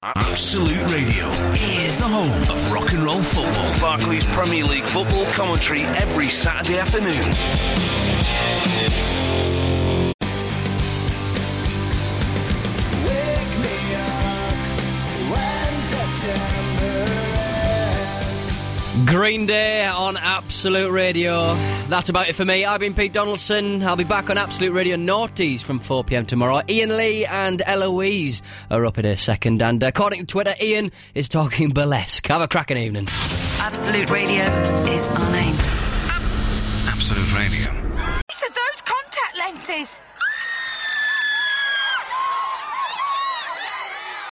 Absolute Radio, is the home of rock and roll football. Barclays Premier League football commentary every Saturday afternoon. Wake me up when September ends. Green Day on Absolute Radio. That's about it for me. I've been Pete Donaldson. I'll be back on Absolute Radio Naughties from 4pm tomorrow. Ian Lee and Eloise are up in a second. And according to Twitter, Ian is talking burlesque. Have a cracking evening. Absolute Radio is our name. Absolute Radio. So those contact lenses.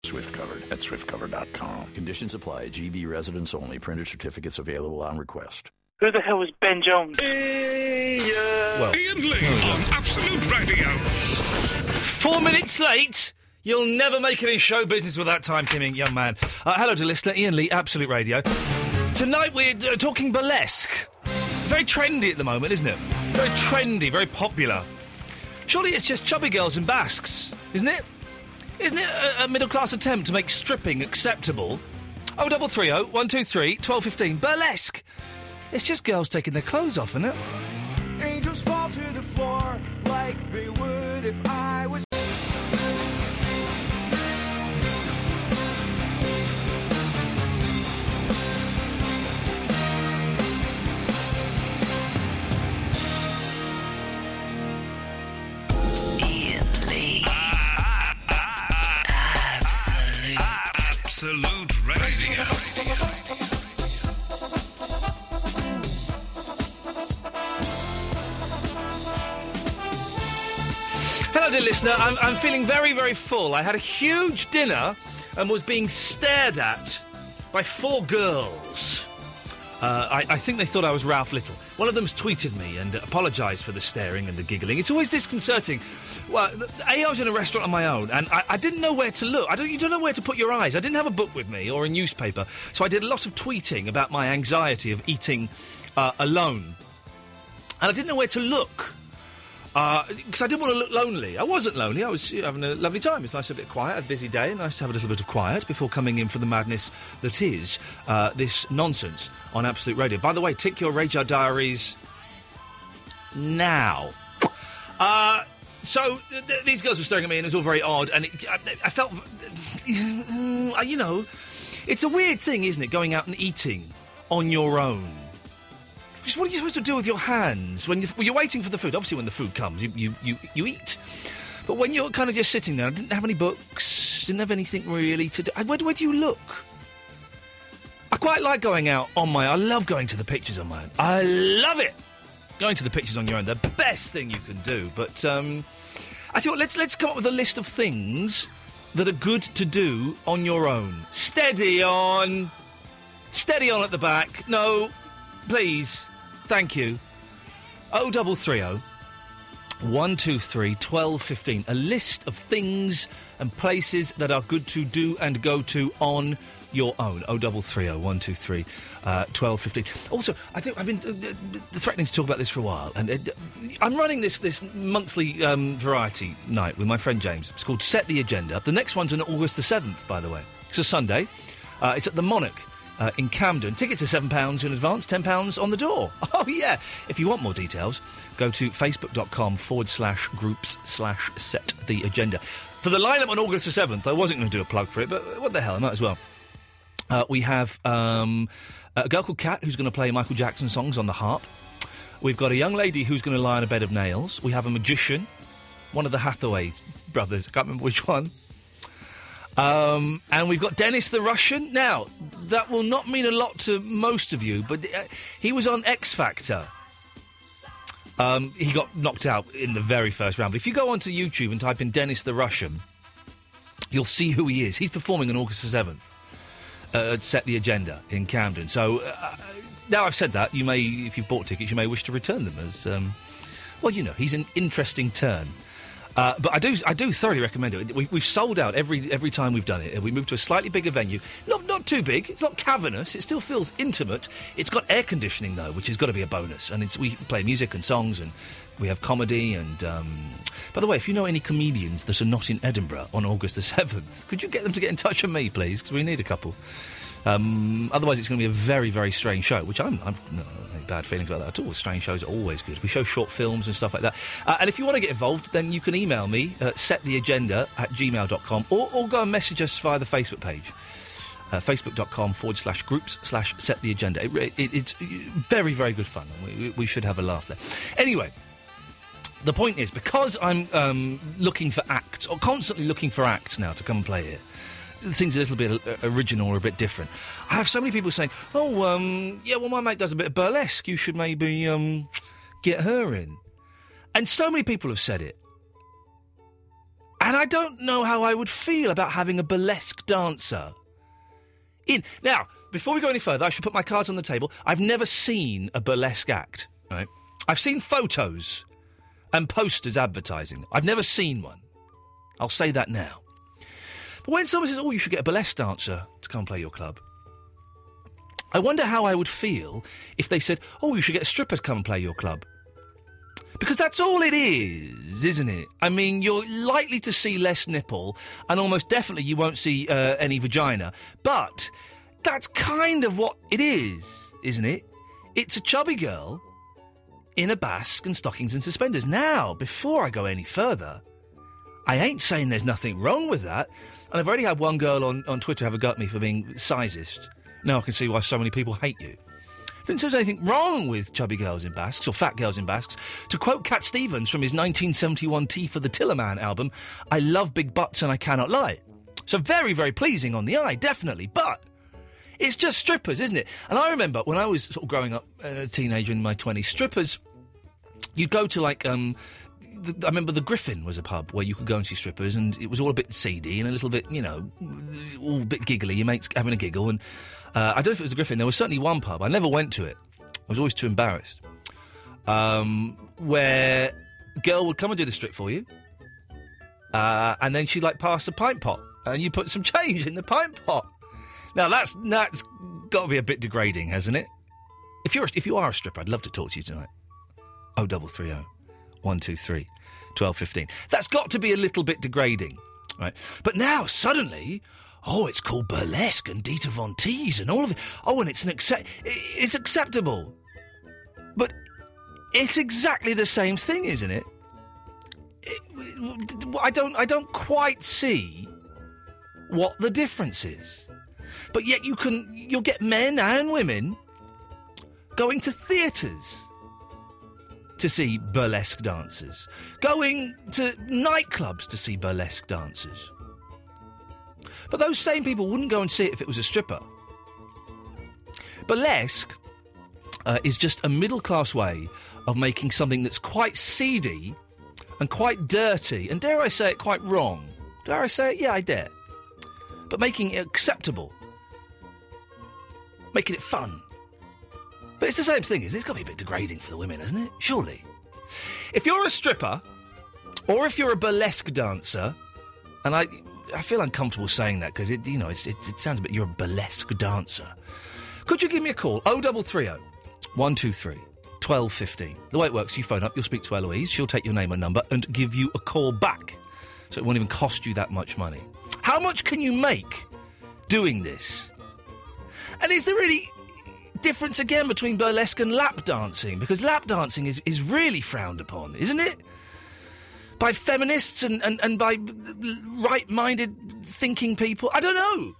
Swift covered at swiftcover.com. Conditions apply. GB residents only. Printed certificates available on request. Who the hell was Ben Jones? Ian Lee on Absolute Radio. Four minutes late. You'll never make it in show business with that time, timing young man. Uh, hello to listener Ian Lee, Absolute Radio. Tonight we're uh, talking burlesque. Very trendy at the moment, isn't it? Very trendy, very popular. Surely it's just chubby girls and basques, isn't it? Isn't it a, a middle class attempt to make stripping acceptable? Oh, double three oh one two three twelve fifteen burlesque. It's just girls taking their clothes off, isn't it? Angels fall to the floor like they would if I was. Ian Lee. Absolute. Absolute Radio. Hello, dear listener. I'm, I'm feeling very, very full. I had a huge dinner and was being stared at by four girls. Uh, I, I think they thought I was Ralph Little. One of them's tweeted me and apologised for the staring and the giggling. It's always disconcerting. Well, th- A, I was in a restaurant on my own and I, I didn't know where to look. I don't, you don't know where to put your eyes. I didn't have a book with me or a newspaper, so I did a lot of tweeting about my anxiety of eating uh, alone. And I didn't know where to look because Uh, I didn't want to look lonely. I wasn't lonely. I was you know, having a lovely time. It's nice to have a bit of quiet, a busy day, nice to have a little bit of quiet before coming in for the madness that is uh, this nonsense on Absolute Radio. By the way, tick your Radar Diaries now. Uh, so th- th- these girls were staring at me, and it was all very odd. And it, I, I felt, Mm, uh, you know, it's a weird thing, isn't it? Going out and eating on your own. Because what are you supposed to do with your hands when you're, when you're waiting for the food? Obviously, when the food comes, you, you, you, you eat. But when you're kind of just sitting there, I didn't have any books, didn't have anything really to do. I- Where, do- where do you look? I quite like going out on my I love going to the pictures on my own. I love it. Going to the pictures on your own, the best thing you can do. But um, I tell you what, let's, let's come up with a list of things that are good to do on your own. Steady on. Steady on at the back. No, please. Thank you. 0330 123 1215. A list of things and places that are good to do and go to on your own. 0330 123 uh, 1215. Also, I do, I've been uh, uh, threatening to talk about this for a while. And uh, I'm running this, this monthly um, variety night with my friend James. It's called Set the Agenda. The next one's on August the 7th, by the way. It's a Sunday. Uh, it's at the Monarch uh, in Camden. Tickets are £7 in advance, £10 on the door. Oh, yeah. If you want more details, go to facebook.com forward slash groups slash set the agenda. For the lineup on August the 7th, I wasn't going to do a plug for it, but what the hell, I might as well. Uh, we have um, a girl called Kat who's going to play Michael Jackson songs on the harp. We've got a young lady who's going to lie on a bed of nails. We have a magician, one of the Hathaway brothers. I can't remember which one. Um, and we've got Dennis the Russian. Now, that will not mean a lot to most of you, but uh, he was on X Factor. Um, he got knocked out in the very first round. But if you go onto YouTube and type in Dennis the Russian, you'll see who he is. He's performing on August the 7th uh, at Set the Agenda in Camden. So uh, now I've said that, you may, if you've bought tickets, you may wish to return them as. Um, Well, you know, he's an interesting turn. Uh, but I do, I do thoroughly recommend it. We, we've sold out every every time we've done it. We moved to a slightly bigger venue, not not too big. It's not cavernous. It still feels intimate. It's got air conditioning though, which has got to be a bonus. And it's we play music and songs, and we have comedy. And um, by the way, if you know any comedians that are not in Edinburgh on August the seventh, could you get them to get in touch with me, please? Because we need a couple. Um, otherwise, it's going to be a very, very strange show, which I'm, I'm no, no bad feelings about that at all. Strange shows are always good. We show short films and stuff like that. Uh, and if you want to get involved, then you can email me at settheagenda at gmail.com or, or go and message us via the Facebook page. Uh, facebook.com forward slash groups slash set the agenda. It, re- it, it's very, very good fun. and We, we should have a laugh there. Anyway, the point is because I'm um, looking for acts or constantly looking for acts now to come and play here. Things a little bit uh, original or a bit different. I have so many people saying, "Oh, um, yeah, well, my mate does a bit of burlesque. You should maybe um, get her in." And so many people have said it, and I don't know how I would feel about having a burlesque dancer in. Now, before we go any further, I should put my cards on the table. I've never seen a burlesque act. Right? I've seen photos and posters advertising. I've never seen one. I'll say that now. But when someone says, "Oh, you should get a burlesque dancer to come play your club," I wonder how I would feel if they said, "Oh, you should get a stripper to come and play your club." Because that's all it is, isn't it? I mean, you're likely to see less nipple, and almost definitely you won't see uh, any vagina. But that's kind of what it is, isn't it? It's a chubby girl in a basque and stockings and suspenders. Now, before I go any further, I ain't saying there's nothing wrong with that. And I've already had one girl on, on Twitter have a go at me for being sizist. Now I can see why so many people hate you. Didn't say there's anything wrong with chubby girls in basques or fat girls in basques. To quote Cat Stevens from his 1971 Tea for the Tillerman album, I love big butts and I cannot lie. So very, very pleasing on the eye, definitely. But it's just strippers, isn't it? And I remember when I was sort of growing up, a teenager in my 20s, strippers you'd go to like um th I remember the Griffin was a pub where you could go and see strippers, and it was all a bit seedy and a little bit, you know, all a bit giggly. Your mates having a giggle, and uh, I don't know if it was the Griffin. There was certainly one pub. I never went to it. I was always too embarrassed. Um, where a girl would come and do the strip for you, uh, and then she'd like pass a pint pot, and you put some change in the pint pot. Now that's that's got to be a bit degrading, hasn't it? If you're a- if you are a stripper, I'd love to talk to you tonight. Oh, 0330 123 1215. That's got to be a little bit degrading, right? But now, suddenly, oh, it's called burlesque and Dieter Von Teese and all of it. Oh, and it's, an accept- it's acceptable. But it's exactly the same thing, isn't it? It- I don't, I don't quite see what the difference is. But yet you can, you'll get men and women going to theatres to see burlesque dancers, going to nightclubs to see burlesque dancers. But those same people wouldn't go and see it if it was a stripper. Burlesque uh, is just a middle class way of making something that's quite seedy and quite dirty, and dare I say it, quite wrong. Dare I say it? Yeah, I dare. But making it acceptable, making it fun. But it's the same thing, isn't it? It's got to be a bit degrading for the women, isn't it? Surely. If you're a stripper, or if you're a burlesque dancer, and I, I feel uncomfortable saying that because it, you know, it's, it, it sounds a bit. You're a burlesque dancer. Could you give me a call? 0330 123 1215. The way it works, you phone up, you'll speak to Eloise, she'll take your name and number and give you a call back. So it won't even cost you that much money. How much can you make doing this? And is there really difference again between burlesque and lap dancing because lap dancing is, is really frowned upon, isn't it? By feminists and, and, and by right minded thinking people. I don't know.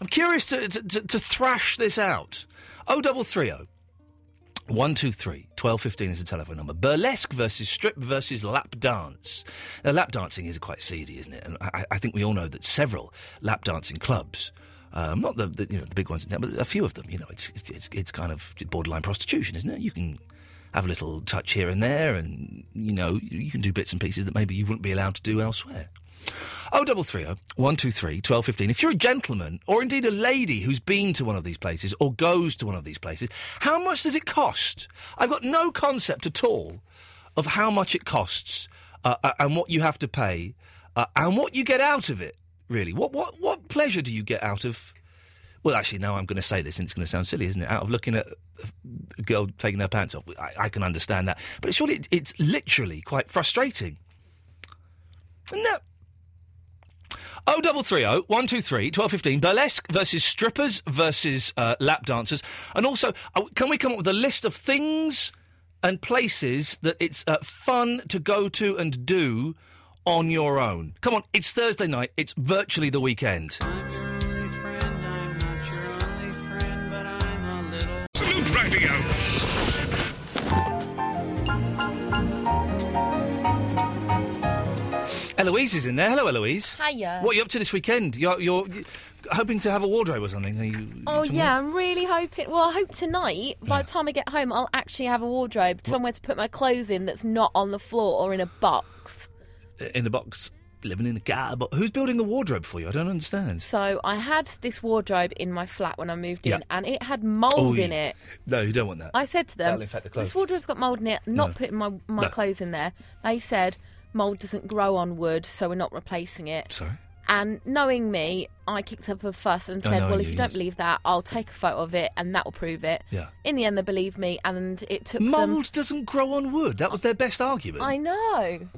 I'm curious to, to, to, to thrash this out. 0330 123 1215 is the telephone number. Burlesque versus strip versus lap dance. Now, lap dancing is quite seedy, isn't it? And I, I think we all know that several lap dancing clubs, um, not the, the, you know, the big ones in town, but a few of them, you know, it's, it's, it's, it's kind of borderline prostitution, isn't it? You can have a little touch here and there, and, you know, you you can do bits and pieces that maybe you wouldn't be allowed to do elsewhere. 0330 123 1215. If you're a gentleman or indeed a lady who's been to one of these places or goes to one of these places, how much does it cost? I've got no concept at all of how much it costs uh, uh, and what you have to pay uh, and what you get out of it. Really, what what what pleasure do you get out of? Well, actually, no, I'm going to say this, and it's going to sound silly, isn't it? Out of looking at a girl taking her pants off, I, I can understand that, but surely it, it's literally quite frustrating. No. Oh, double three oh one two three twelve fifteen. Burlesque versus strippers versus uh, lap dancers, and also uh, can we come up with a list of things and places that it's uh, fun to go to and do on your own? Come on, it's Thursday night. It's virtually the weekend. Absolute Radio. Eloise is in there. Hello, Eloise. Hiya. What are you up to this weekend? You're, you're you're hoping to have a wardrobe or something. Are you, Oh from yeah, I'm really hoping. Well, I hope tonight, by the time I get home, I'll actually have a wardrobe somewhere to put my clothes in that's not on the floor or in a box. uh, in a box, living in a car. But who's building a wardrobe for you? I don't understand. So I had this wardrobe in my flat when I moved in, Yeah. and it had mould Oh, in it. No, you don't want that. I said to them, That'll infect the clothes. "This wardrobe's got mould in it. Not No. putting my my No. clothes in there." They said, "Mould doesn't grow on wood, so we're not replacing it." Sorry. And knowing me, I kicked up a fuss and Oh, said, no, "Well, if I knew you you don't was- believe that, I'll take a photo of it, and that will prove it." Yeah. In the end, they believed me, and it took them Mould doesn't grow on wood. That was their best argument. I know.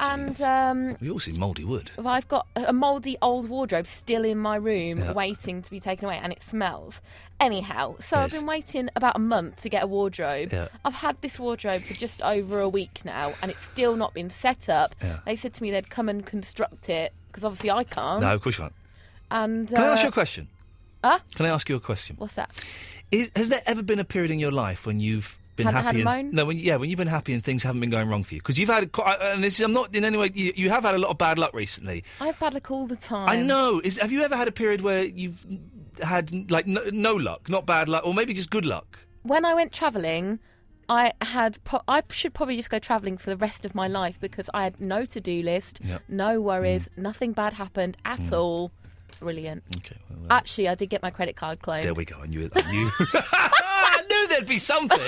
And um, We all see mouldy wood. well, I've got a mouldy old wardrobe still in my room Yeah. waiting to be taken away and it smells. Anyhow, so I've Yes. been waiting about a month to get a wardrobe. Yeah. I've had this wardrobe for just over a week now and it's still not been set up. Yeah. They said to me they'd come and construct it because obviously I can't. No, of course you aren't. And Can I ask uh, you a question? Huh? Can I ask you a question? What's that? Is, has there ever been a period in your life when you've been Had- had happy? a and, moan? no, when yeah, when you've been happy and things haven't been going wrong for you because you've had quite, and this is, I'm not in any way you, you have had a lot of bad luck recently. I have bad luck all the time. I know. Is have you ever had a period where you've had like no, no luck, not bad luck, or maybe just good luck? when I went travelling, I had pro- I should probably just go travelling for the rest of my life because I had no to do list, Yeah. Mm. no worries, nothing bad happened at all. Brilliant. Okay, well, Actually, I did get my credit card cloned. there we go. I knew it. I knew. I knew there'd be something.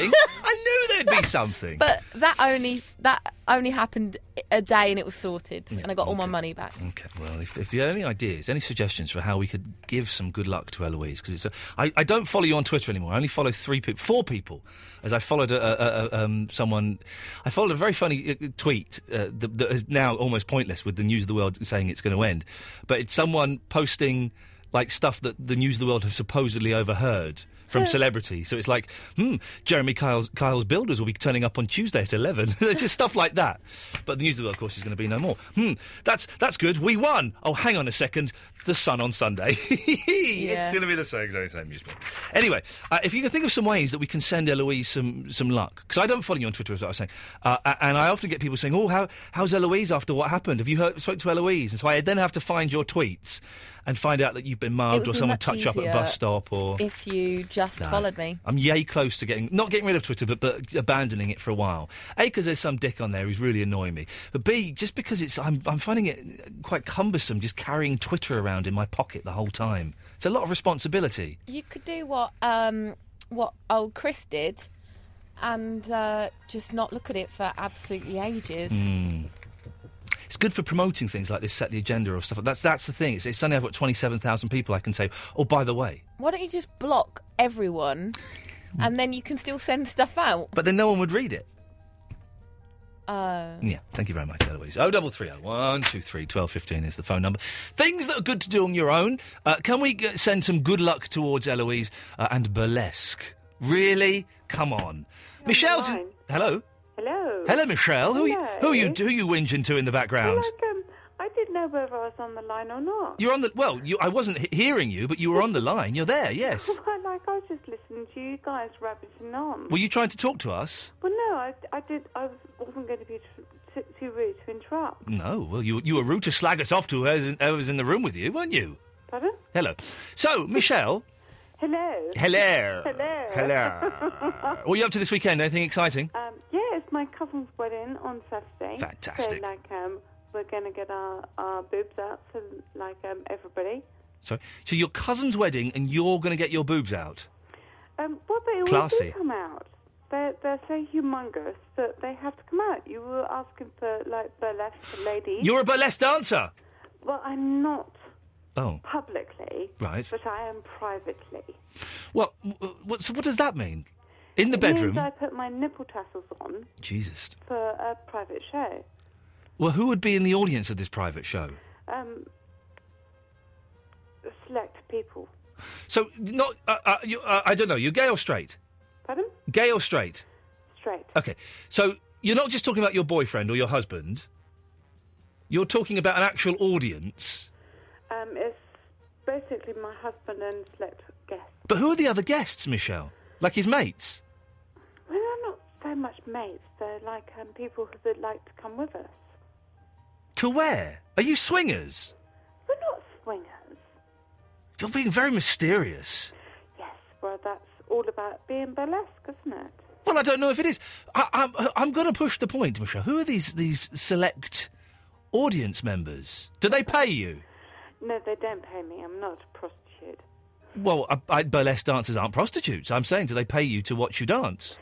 I knew there'd be something. but that only that only happened a day and it was sorted, and I got all my okay. money back. Okay, well, if, if you have any ideas, any suggestions for how we could give some good luck to Eloise, because it's a, I, I don't follow you on Twitter anymore. I only follow three people, four people, as I followed a, a, a, um, someone. I followed a very funny uh, tweet uh, that, that is now almost pointless with the news of the world saying it's going to end, but it's someone posting like stuff that the news of the world have supposedly overheard. From celebrity, so it's like, hmm, Jeremy Kyle's, Kyle's Builders will be turning up on Tuesday at eleven. it's just stuff like that. But the news of the world, of course, is going to be no more. Hmm, that's that's good. We won. Oh, hang on a second. The Sun on Sunday. It's Yeah. going to be the same exact same newspaper. Anyway, uh, if you can think of some ways that we can send Eloise some some luck, because I don't follow you on Twitter, as I was saying, uh, a- and I often get people saying, "Oh, how, how's Eloise after what happened? Have you heard, spoke to Eloise?" And so I then have to find your tweets and find out that you've been would mugged or be someone much touched you up at a easier bus stop or. If you just No. followed me, I'm yay close to getting not getting rid of Twitter, but, but abandoning it for a while. A because there's some dick on there who's really annoying me, but B just because it's I'm I'm finding it quite cumbersome just carrying Twitter around in my pocket the whole time. It's a lot of responsibility. you could do what um, what old Chris did, and uh, just not look at it for absolutely ages. Hmm. It's good for promoting things like this, set the agenda or stuff. That's that's the thing. It's, it's suddenly I've got twenty seven thousand people I can say. Oh, by the way, Why don't you just block everyone and then you can still send stuff out? but then no one would read it. Uh, Yeah, thank you very much, Eloise. Oh, double three, oh, one, two, three, twelve, fifteen is the phone number. Things that are good to do on your own. Uh, can we g- send some good luck towards Eloise uh, and burlesque? Really? Come on, Michelle's. in- line. Hello, Hello. hello, Michelle. Who you, Hello. who you who you whinging to in the Well, background? like, um, I didn't know whether I was on the line or not. You're on the well. You, I wasn't he- hearing you, but you were on the line. You're there. Yes. Well, like I was just listening to you guys rabbiting on. Were you trying to talk to us? Well, no, I, I did. I was, wasn't going to be tr- t- too rude to interrupt. No. Well, you you were rude to slag us off to whoever's in, whoever's in the room with you, weren't you? Pardon? Hello. So, Michelle. Hello. Hello. Hello. Hello. what are you up to this weekend? Anything exciting? Um, yeah, it's my cousin's wedding on Saturday. Fantastic. So, like, um, we're going to get our, our boobs out for like um, everybody. Sorry. So your cousin's wedding, and you're going to get your boobs out. Um, what they always Classy. do come out. they're, they're so humongous that they have to come out. You were asking for, like, burlesque ladies. You're a burlesque dancer. Well, I'm not Hmm. Oh, publicly. Right. But I am privately. well, w- what, so what does that mean? In the It means bedroom, I put my nipple tassels on Jesus. for a private show. Well, who would be in the audience of this private show? Um, select people. So, not uh, uh, you, uh, I don't know. You're gay or straight? Pardon? Gay or straight? Straight. Okay. So you're not just talking about your boyfriend or your husband. You're talking about an actual audience. Um, it's basically my husband and select guests. But who are the other guests, Michelle? Like his mates? Well, they're not so much mates. They're like um, people who would like to come with us. To where? Are you swingers? We're not swingers. You're being very mysterious. Yes, well, that's all about being burlesque, isn't it? Well, I don't know if it is. I, I'm, I'm going to push the point, Michelle. Who are these these select audience members? Do they pay you? No, they don't pay me. I'm not a prostitute. Well, I, I, burlesque dancers aren't prostitutes. I'm saying, do they pay you to watch you dance?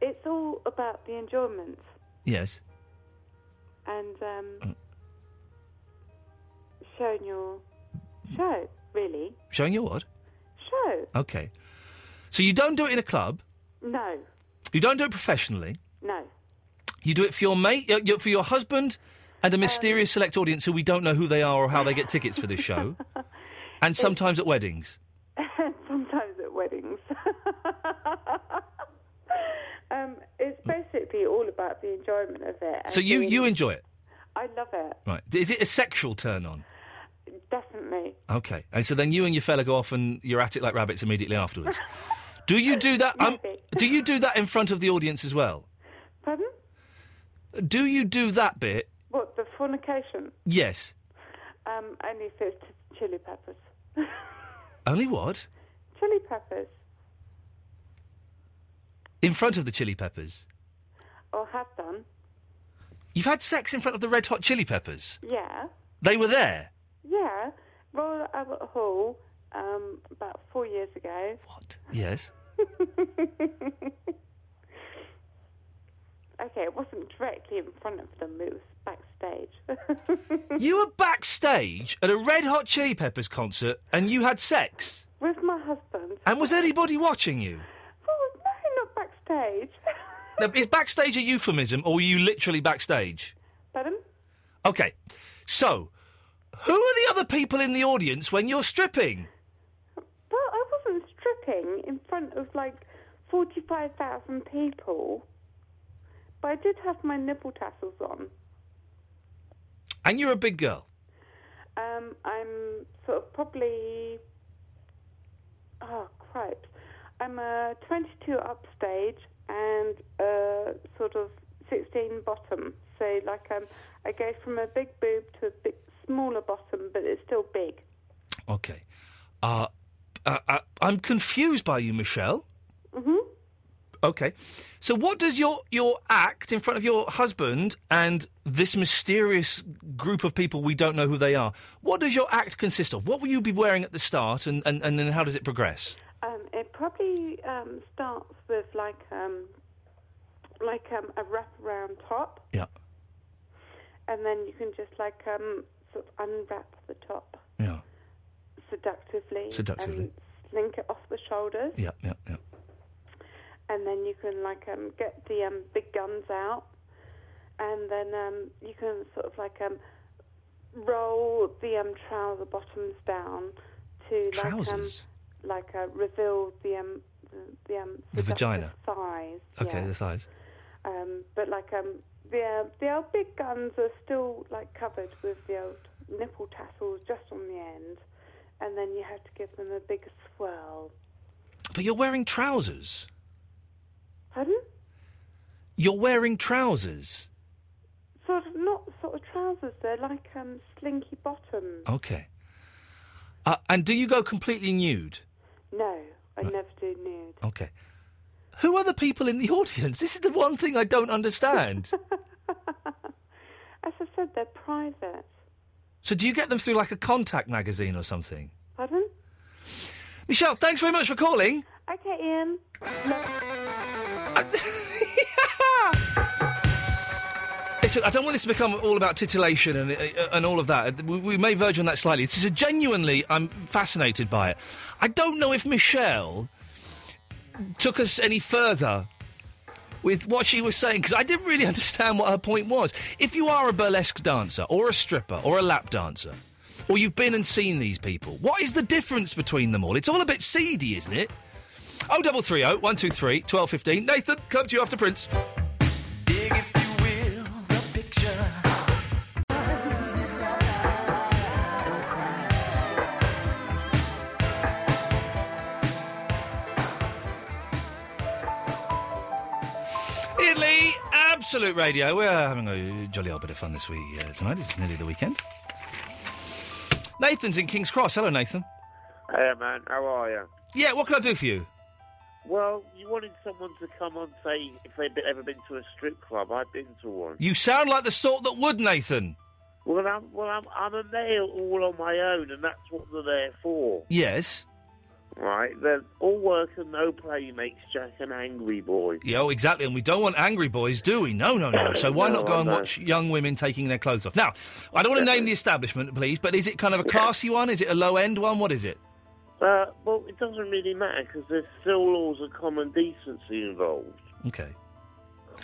It's all about the enjoyment Yes. and um, showing your show, really. Showing your what? Show. Okay. So you don't do it in a club. No, You don't do it professionally. no. You do it for your mate, uh, your- for your husband, and a mysterious select audience who we don't know who they are or how they get tickets for this show. and sometimes at weddings. Sometimes at weddings. um, it's basically all about the enjoyment of it. and So you being- you enjoy it, I love it, right? Is it a sexual turn on? definitely. Okay. And so then you and your fella go off and you're at it like rabbits immediately afterwards. do you do that? Um, do you do that in front of the audience as well? Pardon? Do you do that bit? What, the fornication? Yes. Um, only if it's t- chili peppers. Only what? Chili peppers, In front of the Chili Peppers. or have done. You've had sex in front of the Red Hot Chili Peppers. Yeah, They were there. yeah. Royal Albert Hall, um, about four years ago. Yes. Okay, it wasn't directly in front of them, it was backstage. you were backstage at a Red Hot Chili Peppers concert and you had sex. With my husband. And was anybody watching you? Oh, no, not backstage. Now, is backstage a euphemism or were you literally backstage? Pardon? Okay. So, who are the other people in the audience when you're stripping? Well, I wasn't stripping in front of like 45,000 people, but I did have my nipple tassels on. And you're a big girl. Um, I'm sort of probably. Oh, cripes. I'm a 22 upstage and a sort of 16 bottom. So, like, um, I go from a big boob to a big, smaller bottom, but it's still big. Okay. Uh, uh, uh, I'm confused by you, Michelle. hmm Okay. So what does your your act in front of your husband and this mysterious group of people we don't know who they are, what does your act consist of? What will you be wearing at the start and, and, and then how does it progress? Um, it probably um, starts with like um, like um, a wraparound top. Yeah. And then you can just like um, sort of unwrap the top. Yeah. Seductively. Seductively. And slink it off the shoulders. Yeah, yeah, yeah. And then you can like um, get the um, big guns out. And then um, you can sort of like um, roll the um, trouser bottoms down to like um, Trousers? like uh, reveal the um, the, the, um, The seductive vagina. thighs. Okay, yeah. the thighs. Um, but like um, the the old big guns are still like covered with the old nipple tassels just on the end, and then you have to give them a big swirl. But you're wearing trousers. Pardon? You're wearing trousers. Sort of not sort of trousers. They're like um, slinky bottoms. Okay. Uh, and do you go completely nude? No, I never do nude. Okay. Who are the people in the audience? This is the one thing I don't understand. As I said, they're private. so do you get them through like a contact magazine or something? Pardon? Michelle, thanks very much for calling. Okay, Ian. Love- Listen, I don't want this to become all about titillation and, uh, and all of that. We, we may verge on that slightly. This is a genuinely, I'm fascinated by it. I don't know if Michelle took us any further with what she was saying because I didn't really understand what her point was. If you are a burlesque dancer or a stripper or a lap dancer, or you've been and seen these people, what is the difference between them all? It's all a bit seedy, isn't it? Oh, double three oh one two three twelve fifteen. Nathan, come to you after Prince. Italy, Absolute Radio. We're having a jolly old bit of fun this week uh, tonight. It's nearly the weekend. Nathan's in King's Cross. Hello, Nathan. Hey man, how are you? Yeah, what can I do for you? Well, you wanted someone to come on say if they've been- ever been to a strip club. I've been to one. You sound like the sort that would, Nathan. Well, I'm well, I'm I'm a male all on my own, and that's what they're there for, Yes. right? They're all work and no play makes Jack an angry boy. Yeah, oh, exactly. And we don't want angry boys, do we? No, no, no. So why No, not go I and know. watch young women taking their clothes off? Now, I don't want to name the establishment, please, but is it kind of a classy one? Is it a low end one? What is it? Uh, well, it doesn't really matter because there's still laws of common decency involved. Okay.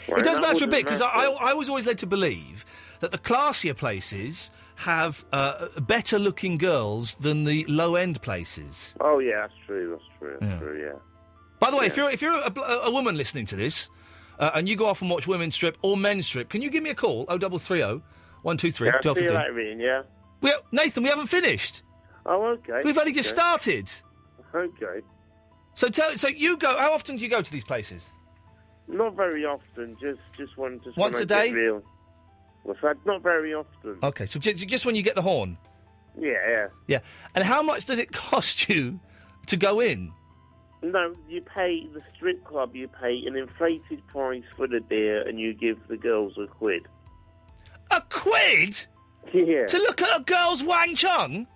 Right, it does that matter a wouldn't bit because I, matter. I, I was always led to believe that the classier places have uh, better looking girls than the low end places. Oh yeah, that's true. That's true. That's true. Yeah. By the way, if you're if you're a, bl- a woman listening to this, uh, and you go off and watch women strip or men strip, can you give me a call? Oh double three oh one two three Yeah, I twelve feel fifteen. that, Ian, yeah. We Nathan, we haven't finished. Oh, okay. We've only just okay. started. Okay. So tell so you go. How often do you go to these places? Not very often. Just just one. Just Once when a I day? Get real. Well, so not very often. Okay, so j- just when you get the horn. Yeah, yeah. Yeah. And how much does it cost you to go in? No, you pay the strip club. You pay an inflated price for the beer, and you give the girls a quid. A quid? Yeah. To look at a girl's Wang Chung?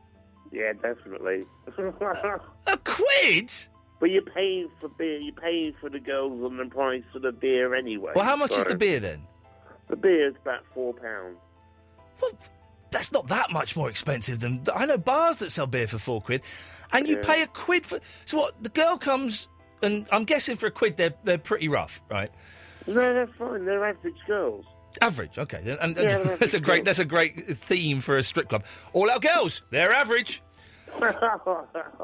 Yeah, definitely. a quid? But you're paying for beer. You're paying for the girls and the price for the beer anyway. Well, how much is so- the beer then? The beer's about four pounds. That's not that much more expensive than I know bars that sell beer for four quid, and you Yeah. pay a quid for. So what? The girl comes, and I'm guessing for a quid they're they're pretty rough, right? No, they're fine. They're average girls. Average, okay. And, and- Yeah, they're that's a average great girls. that's a great theme for a strip club. All our girls, they're average.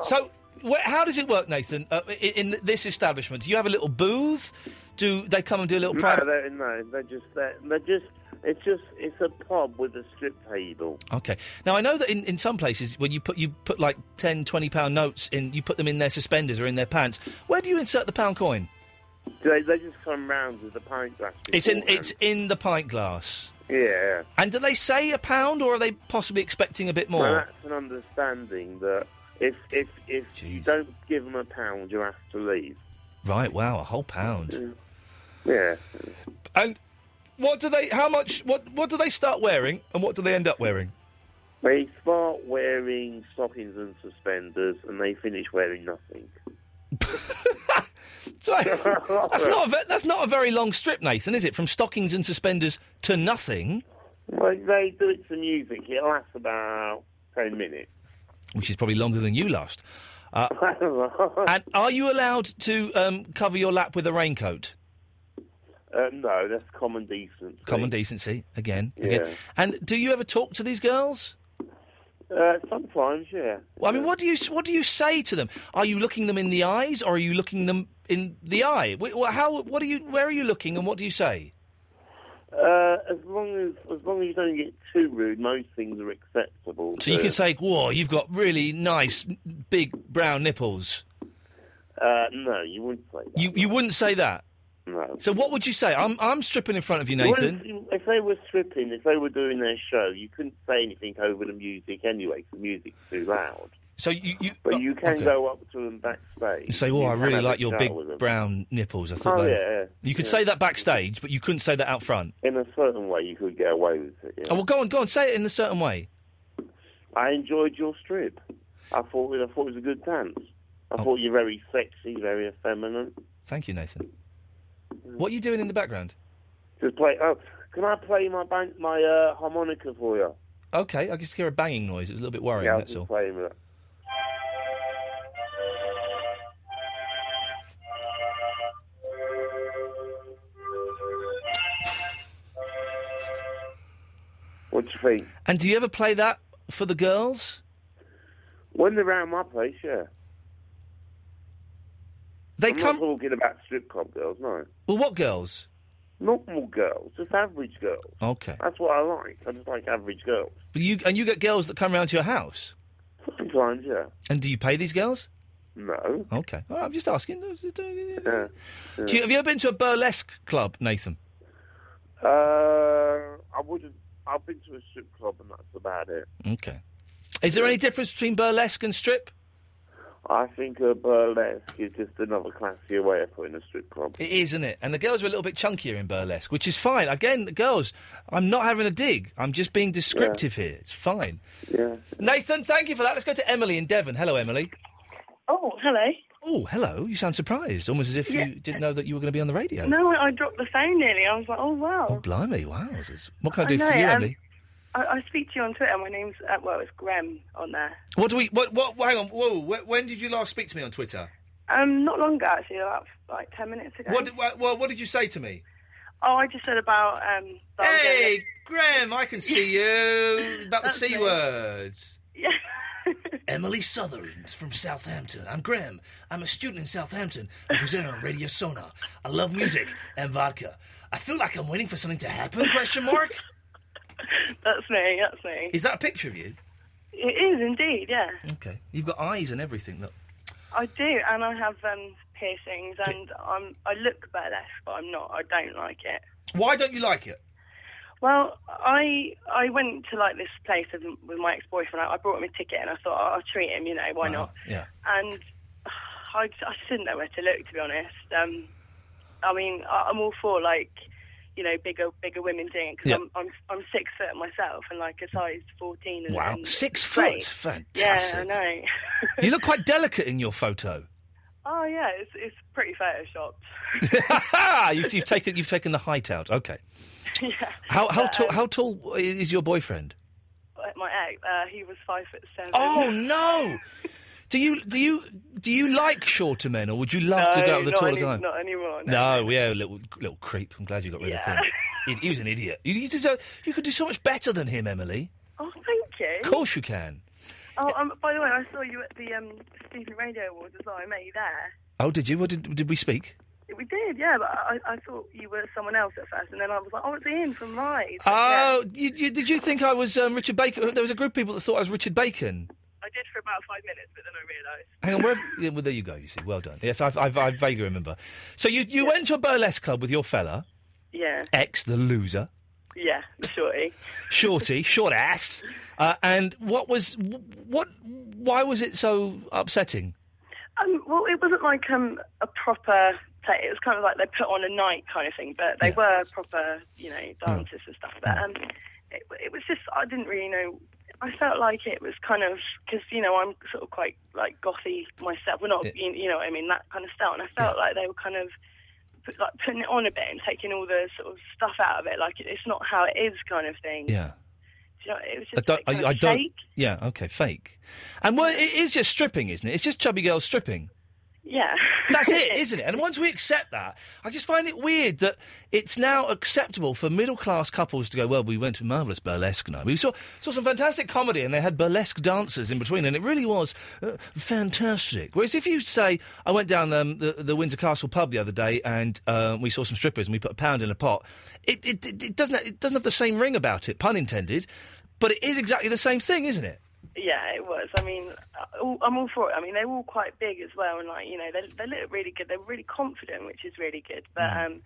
So, wh- how does it work, Nathan? Uh, i- in, in this establishment, do you have a little booth? Do they come and do a little No, private? they're, no, they're just they're, they're just it's just it's a pub with a strip table. Okay. Now I know that in, in some places when you put you put like 10 20 pound notes in you put them in their suspenders or in their pants. Where do you insert the pound coin? They, they just come round with a pint glass. It's in beforehand. it's in the pint glass. yeah. And do they say a pound or are they possibly expecting a bit more? Now, that's an understanding that if if if you don't give them a pound, you have to leave. Right, wow, a whole pound. Yeah. And what do they how much what what do they start wearing and what do they end up wearing? They start wearing stockings and suspenders, and they finish wearing nothing. So that's not a, ve- that's not a very long strip, Nathan, is it? From stockings and suspenders to nothing, Well, they do it to music. It lasts about ten minutes. which is probably longer than you last. Uh, and are you allowed to um, cover your lap with a raincoat? Uh, no, that's common decency. Common decency again, Yeah. again. And do you ever talk to these girls? Uh, sometimes, yeah. Well, I mean, what do you s- what do you say to them? Are you looking them in the eyes, or are you looking them in the eye? Wh- wh- How what are you? Where are you looking, and what do you say? Uh, as long as as long as you don't get too rude, most things are acceptable. So you but, can say, "Whoa, you've got really nice big brown nipples." Uh, no, you wouldn't say that. You you wouldn't say that. No. So what would you say? I'm I'm stripping in front of you, You Nathan. wouldn't- you- If they were stripping, if they were doing their show, you couldn't say anything over the music anyway. 'cause The music's too loud. So you, you but you can okay. go up to them backstage. You say, "Oh, You I can really have a like your chat big with them. brown nipples." I thought. Oh they- yeah, yeah. You could Yeah. say that backstage, but you couldn't say that out front. In a certain way, you could get away with it. yeah. Oh, well, go on, go on, say it in a certain way. I enjoyed your strip. I thought I thought it was a good dance. I Oh. thought you're very sexy, very effeminate. Thank you, Nathan. What are you doing in the background? Just play. Oh, can I play my ban- my uh, harmonica for you? Okay, I just hear a banging noise. It was a little bit worrying, yeah, I was that's just all. playing with it. What do you think? And do you ever play that for the girls? When they're around my place, yeah. They I'm come. Not talking about strip club girls, no. Well, what girls? Normal girls, just average girls. Okay. That's what I like. I just like average girls. But you and you get girls that come round to your house. Sometimes, yeah. And do you pay these girls? No. Okay. All right, I'm just asking. Uh, Yeah. Do you, have you ever been to a burlesque club, Nathan? Uh, I wouldn't. I've been to a strip club and that's about it. Okay. Is there any difference between burlesque and strip? I think a burlesque is just another classier way of putting a strip club. It is, isn't it? And the girls are a little bit chunkier in burlesque, which is fine. Again, the girls, I'm not having a dig. I'm just being descriptive here. It's fine. Yeah. Nathan, thank you for that. Let's go to Emily in Devon. Hello, Emily. Oh, hello. Oh, hello. You sound surprised, almost as if Yeah. you didn't know that you were going to be on the radio. No, I I dropped the phone nearly. I was like, oh, wow. Oh, blimey, wow. What can I I do know, for you, um, Emily? I, I speak to you on Twitter. My name's, uh, well, it's Graham on there. What do we, what, what, hang on, whoa, wh- when did you last speak to me on Twitter? Um, not long ago, actually, about like 10 minutes ago. What, what, well, what did you say to me? Oh, I just said about, um, that I'm Hey, going- Graham, I can see you. About the That's C me. words. Emily Sutherland from Southampton. I'm Graham. I'm a student in Southampton and presenter on Radio Sonar. I love music and vodka. I feel like I'm waiting for something to happen, question mark? That's me, that's me. Is that a picture of you? It is indeed, yeah. Okay. You've got eyes and everything. Look. I do, and I have um, piercings, and I'm, I look burlesque, but I'm not. I don't like it. Why don't you like it? Well, I I went to like this place with, with my ex-boyfriend. I, I brought him a ticket, and I thought oh, I'll treat him. You know, why not? Uh-huh. Yeah. And I, I just didn't know where to look, to be honest. Um, I mean, I, I'm all for like you know bigger bigger women doing it because Yeah. I'm, I'm I'm six foot myself and like a size fourteen. And, Wow. and Six great. foot? Fantastic. Yeah, I know. You look quite delicate in your photo. oh yeah, it's it's pretty photoshopped. Ah, you've, you've taken you've taken the height out. Okay. yeah. How how But, tall um, how tall is your boyfriend? My ex, uh, he was five foot seven. Oh no! Do you do you do you like shorter men, or would you love to go out with a not taller any- guy? Not anymore. No, yeah, little little creep. I'm glad you got rid of Yeah. him. He, he was an idiot. You, you, deserve, you could do so much better than him, Emily. Oh, thank you. Of course you can. Oh, um, by the way, I saw you at the um, Stephen Radio Awards as well. I met you there. Oh, did you? What did did we speak? We did, yeah, but I, I thought you were someone else at first, and then I was like, oh, it's Ian from Rise. Oh, you, you, did you think I was um, Richard Bacon? There was a group of people that thought I was Richard Bacon. I did for about five minutes, but then I realised. Hang on, where? yeah, well, there you go. You see, well done. Yes, I, I, I vaguely remember. So you you went to a burlesque club with your fella, Yeah, ex the loser. yeah, the shorty. shorty, short ass. Uh, and what was wh- what? Why was it so upsetting? Um, well, it wasn't like um, a proper play. It was kind of like they put on a night kind of thing, but they were proper, you know, Mm. dances and stuff. But um, it, it was just I didn't really know. I felt like it was kind of because you know I'm sort of quite like gothy myself. We're not, you, you know, what I mean that kind of style. And I felt like they were kind of put, like putting it on a bit and taking all the sort of stuff out of it. Like it's not how it is kind of thing. Yeah, Do you know, it was I just don't. like, kind I, I of don't. fake. Yeah, okay, fake. And well, it is just stripping, isn't it? It's just chubby girls stripping. Yeah, That's it, isn't it? And once we accept that, I just find it weird that it's now acceptable for middle class couples to go, well, we went to marvellous burlesque night. We saw, saw some fantastic comedy and they had burlesque dancers in between, and it really was uh, fantastic. Whereas if you say, I went down um, the, the Windsor Castle pub the other day and uh, we saw some strippers and we put a pound in a pot, it, it, it, it, doesn't, it doesn't have the same ring about it, pun intended, but it is exactly the same thing, isn't it? Yeah, it was. I mean, I- all- I'm all for it. I mean, they're all quite big as well, and like you know, they they look really good. They're really confident, which is really good. But Mm. um,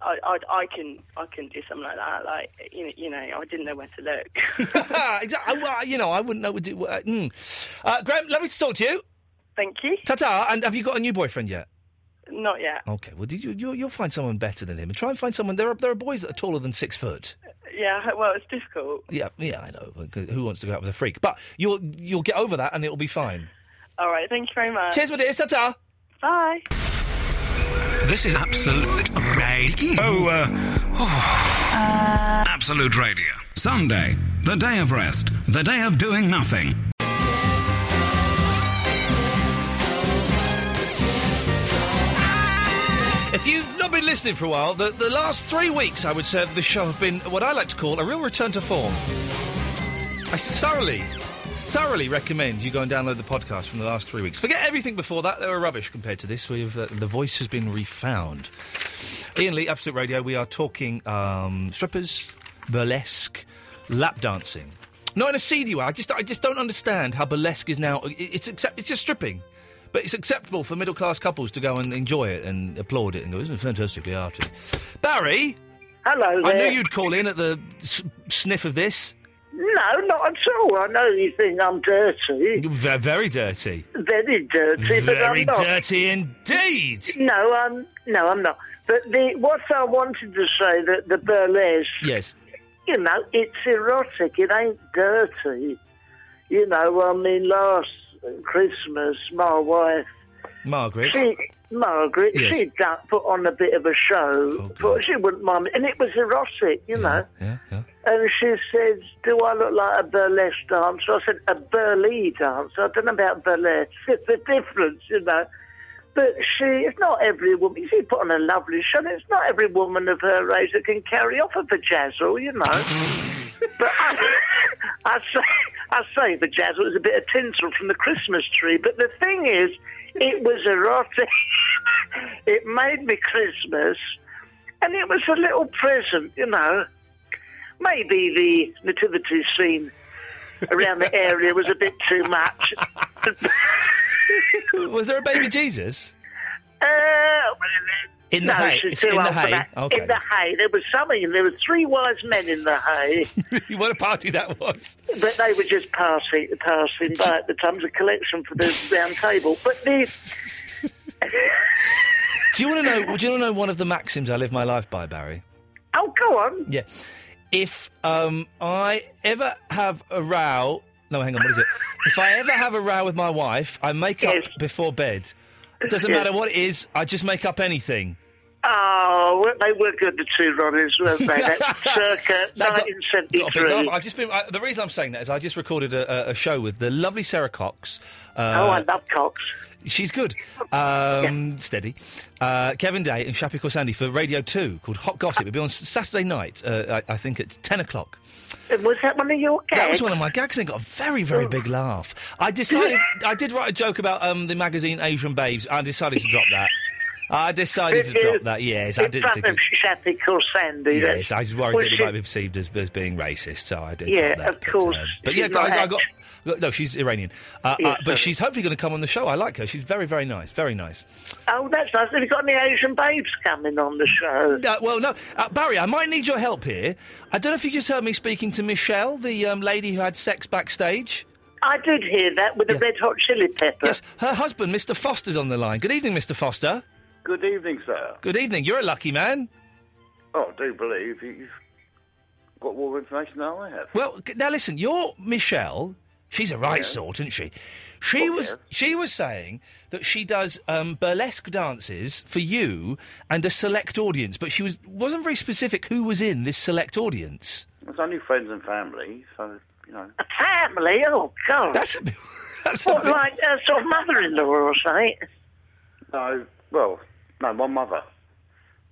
I, I I can I can do something like that. Like you know, you know, I didn't know where to look. exactly. Well, you know, Ah, I wouldn't know. Would do, uh, mm. uh, Graham, lovely to talk to you. Thank you. Ta ta. And have you got a new boyfriend yet? Not yet. Okay. Well, did you, you, you'll find someone better than him. And try and find someone. There are there are boys that are taller than six foot. Yeah. Well, it's difficult. Yeah, yeah, I know. Who wants to go out with a freak? But you'll you'll get over that, and it'll be fine. All right. Thank you very much. Cheers, my dears. Ta ta. Bye. This is Absolute Radio. Oh, uh, Absolute Radio. Sunday, the day of rest, the day of doing nothing. If you've not been listening for a while, the, the last three weeks, I would say, of the show have been what I like to call a real return to form. I thoroughly, thoroughly recommend you go and download the podcast from the last three weeks. Forget everything before that; they were rubbish compared to this. We've uh, the voice has been refound. Ian Lee, Absolute Radio. We are talking um, strippers, burlesque, lap dancing. Not in a seedy way. I just, I just don't understand how burlesque is now. it- It's accept, it's just stripping. But it's acceptable for middle class couples to go and enjoy it and applaud it and go, isn't it fantastically arty? Barry? Hello I there. knew you'd call in at the s- sniff of this. No, not at all. I know you think I'm dirty. Ve- very dirty. Very dirty, but Very I'm not. dirty indeed. No, I'm no, I'm not. But the what I wanted to say that the burlesque, Yes. you know, it's erotic. It ain't dirty. You know, I mean, last Christmas, my wife Margaret. She, Margaret, Yes. Oh, she done, put on a bit of a show, but she wouldn't mind, and it was erotic, you know. Yeah, yeah. And she says, "Do I look like a burlesque dancer?" I said, "A burlesque dancer." I don't know about burlesque. It's the difference, you know. But she, it's not every woman. She put on a lovely show. and It's not every woman of her age that can carry off a vajazzle, you know. but I, I say, I say vajazzle it was a bit of tinsel from the Christmas tree. But the thing is, it was erotic. it made me Christmas, and it was a little present, you know. Maybe the nativity scene around the area was a bit too much. was there a baby Jesus? Uh, In no, the hay. she's It's too in the old for hay. that. Okay. In the hay. There was something. There were three wise men in the hay, what a party that was. but they were just passing passing by at the time. It was a collection for the round table. But the Do you want to know? Do you want to know one of the maxims I live my life by, Barry? oh, go on. Yeah. If um, I ever have a row, no, hang on, what is it? If I ever have a row with my wife, I make up before bed. It doesn't Yes. matter what it is. I just make up anything. Oh, well, they were good, the two Ronnies, weren't they? That circa That got- got a big laugh. 1973. I've just been. I, the reason I'm saying that is I just recorded a, a, a show with the lovely Sarah Cox. Uh, Oh, I love Cox. She's good, um, steady. Uh, Kevin Day and Shappy Sandy for Radio Two called Hot Gossip. It'll be on s- Saturday night, uh, I, I think, at ten o'clock. And was that one of your gags? That was one of my gags and got a very, very big laugh. I decided I did write a joke about um, the magazine Asian Babes. I decided to drop that. I decided to drop that. Yes, I in didn't front think. of It, Shappy Sandy. yes, I was worried Well, that it she- might be perceived as, as being racist, so I did. drop Yeah, that. of course. But yeah, she's I, not I act- got. No, she's Iranian. Uh, uh, but she's hopefully going to come on the show. I like her. She's very, very nice. Very nice. Oh, that's nice. Have you got any Asian babes coming on the show? Uh, well, no. Uh, Barry, I might need your help here. I don't know if you just heard me speaking to Michelle, the um, lady who had sex backstage. I did hear that with the Red Hot Chili Pepper. Yes, her husband, Mr. Foster's on the line. Good evening, Mr. Foster. Good evening, sir. Good evening. You're a lucky man. Oh, I do believe you've got more information than I have. Well, c- now listen, your Michelle, she's a right sort, isn't she? She Oh, was she was saying that she does um, burlesque dances for you and a select audience, but she was wasn't very specific who was in this select audience. It's only friends and family, so, you know. Family? Oh, God. That's a bit. That's what, like uh, sort of mother in law or something? No, well, no, my mother.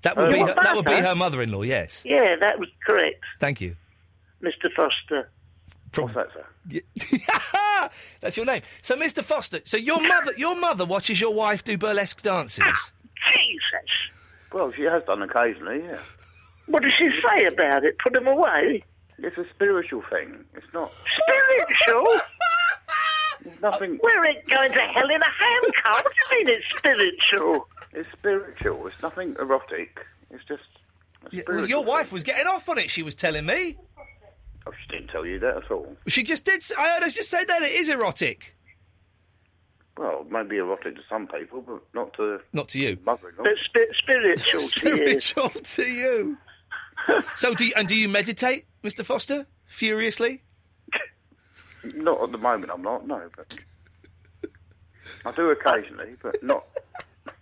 That would Uh, be your her, that would be mother? her mother-in-law. Yes. Yeah, that was correct, Thank you. Mr. Foster. From, What's that, sir? that's your name. So, Mr. Foster. So your mother your mother watches your wife do burlesque dances. Jesus. Well, she has done occasionally, yeah. What does she say about it? Put them away? It's a spiritual thing. It's not. Spiritual? Nothing. We're ain't going to hell in a handcart. What do you mean it's spiritual? It's spiritual. It's nothing erotic. It's just. A Yeah, spiritual well, your wife was getting off on it. She was telling me. Oh, she didn't tell you that at all. She just did. s- I heard her just say that it is erotic. Well, it may be erotic to some people, but not to. Not to you. Mother-in-law. But spi- spiritual. Spiritual to you. so do you, and do you meditate, Mr. Foster? Furiously. Not at the moment, I'm not, no, but. I do occasionally, but not.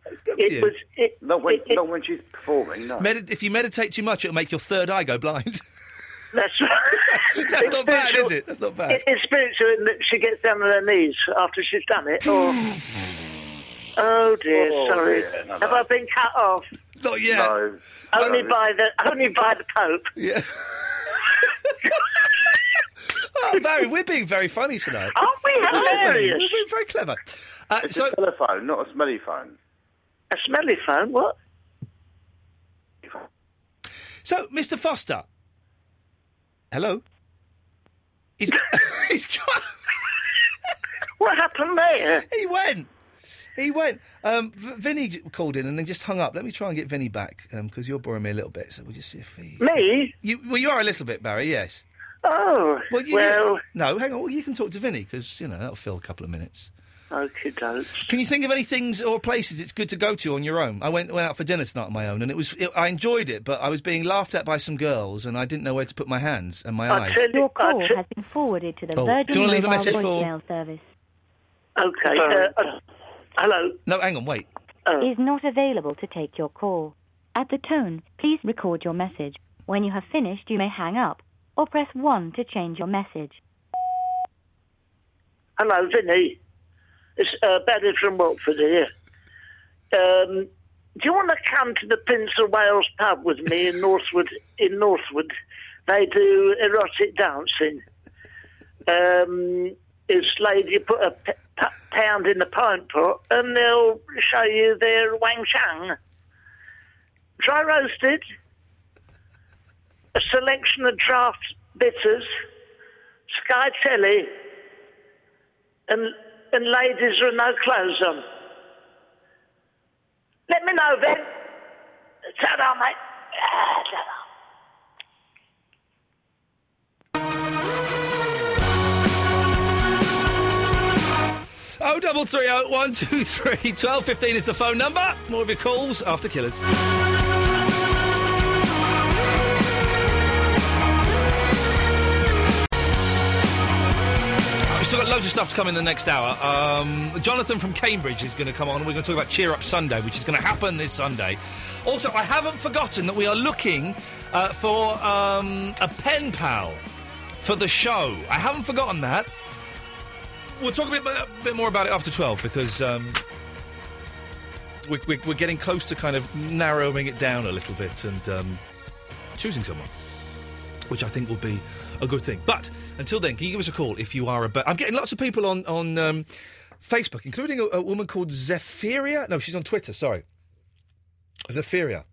for It you. was. It, not when, not when she's performing. No. Medi- if you meditate too much, it'll make your third eye go blind. That's right. That's not bad, is it? That's not bad. It, it's spiritual in that she gets down on her knees after she's done it, or. Oh dear, Oh, sorry. dear, no, Have no. I been cut off? Not yet. No. Only No. by the only by the Pope. Yeah. oh, Barry, we're being very funny tonight. Aren't we Aren't we? hilarious? We're being very clever. Uh, it's so, a telephone, not a smelly phone. A smelly phone? What? so, Mr. Foster. Hello. He's got, he's got. what happened there? He went. He went. Um, v- Vinny j- called in and then just hung up. Let me try and get Vinny back because you're boring me a little bit. So we'll just see if he. Me? You, well, you are a little bit, Barry. Yes. Oh. Well, you, well. no, hang on. Well, you can talk to Vinny because you know that'll fill a couple of minutes. Okay, dokes. Can you think of any things or places it's good to go to on your own? I went went out for dinner tonight on my own, and it was it, I enjoyed it, but I was being laughed at by some girls, and I didn't know where to put my hands and my eyes. Your call has been forwarded to the Oh, Virgin do you wanna leave a Mobile message for- voicemail service. Okay. Uh, uh, hello. No, hang on, wait. Is not available to take your call. At the tone, please record your message. When you have finished, you may hang up or press 1 to change your message. Hello, Vinny. It's uh, Barry from Watford here. Um, do you want to come to the Prince of Wales pub with me in Northwood? In Northwood, they do erotic dancing. Um, it's lady you put a p- p- pound in the pint pot, and they'll show you their wang chang. Dry roasted, a selection of draft bitters, Sky Telly and and ladies with no clothes on. Let me know, Ben. Ta-da, mate. Ah, ta-da. Oh, double three oh one two three twelve fifteen is the phone number. More of your calls after killers. We've still got loads of stuff to come in the next hour. Um, Jonathan from Cambridge is going to come on. and We're going to talk about Cheer Up Sunday, which is going to happen this Sunday. Also, I haven't forgotten that we are looking uh, for um, a pen pal for the show. I haven't forgotten that. We'll talk a bit, a bit more about it after 12 because um, we're, we're, we're getting close to kind of narrowing it down a little bit and um, choosing someone, which I think will be a good thing. But until then, can you give us a call if you are a. Be- I'm getting lots of people on on um, Facebook, including a, a woman called Zephyria. No, she's on Twitter. Sorry, Zephyria.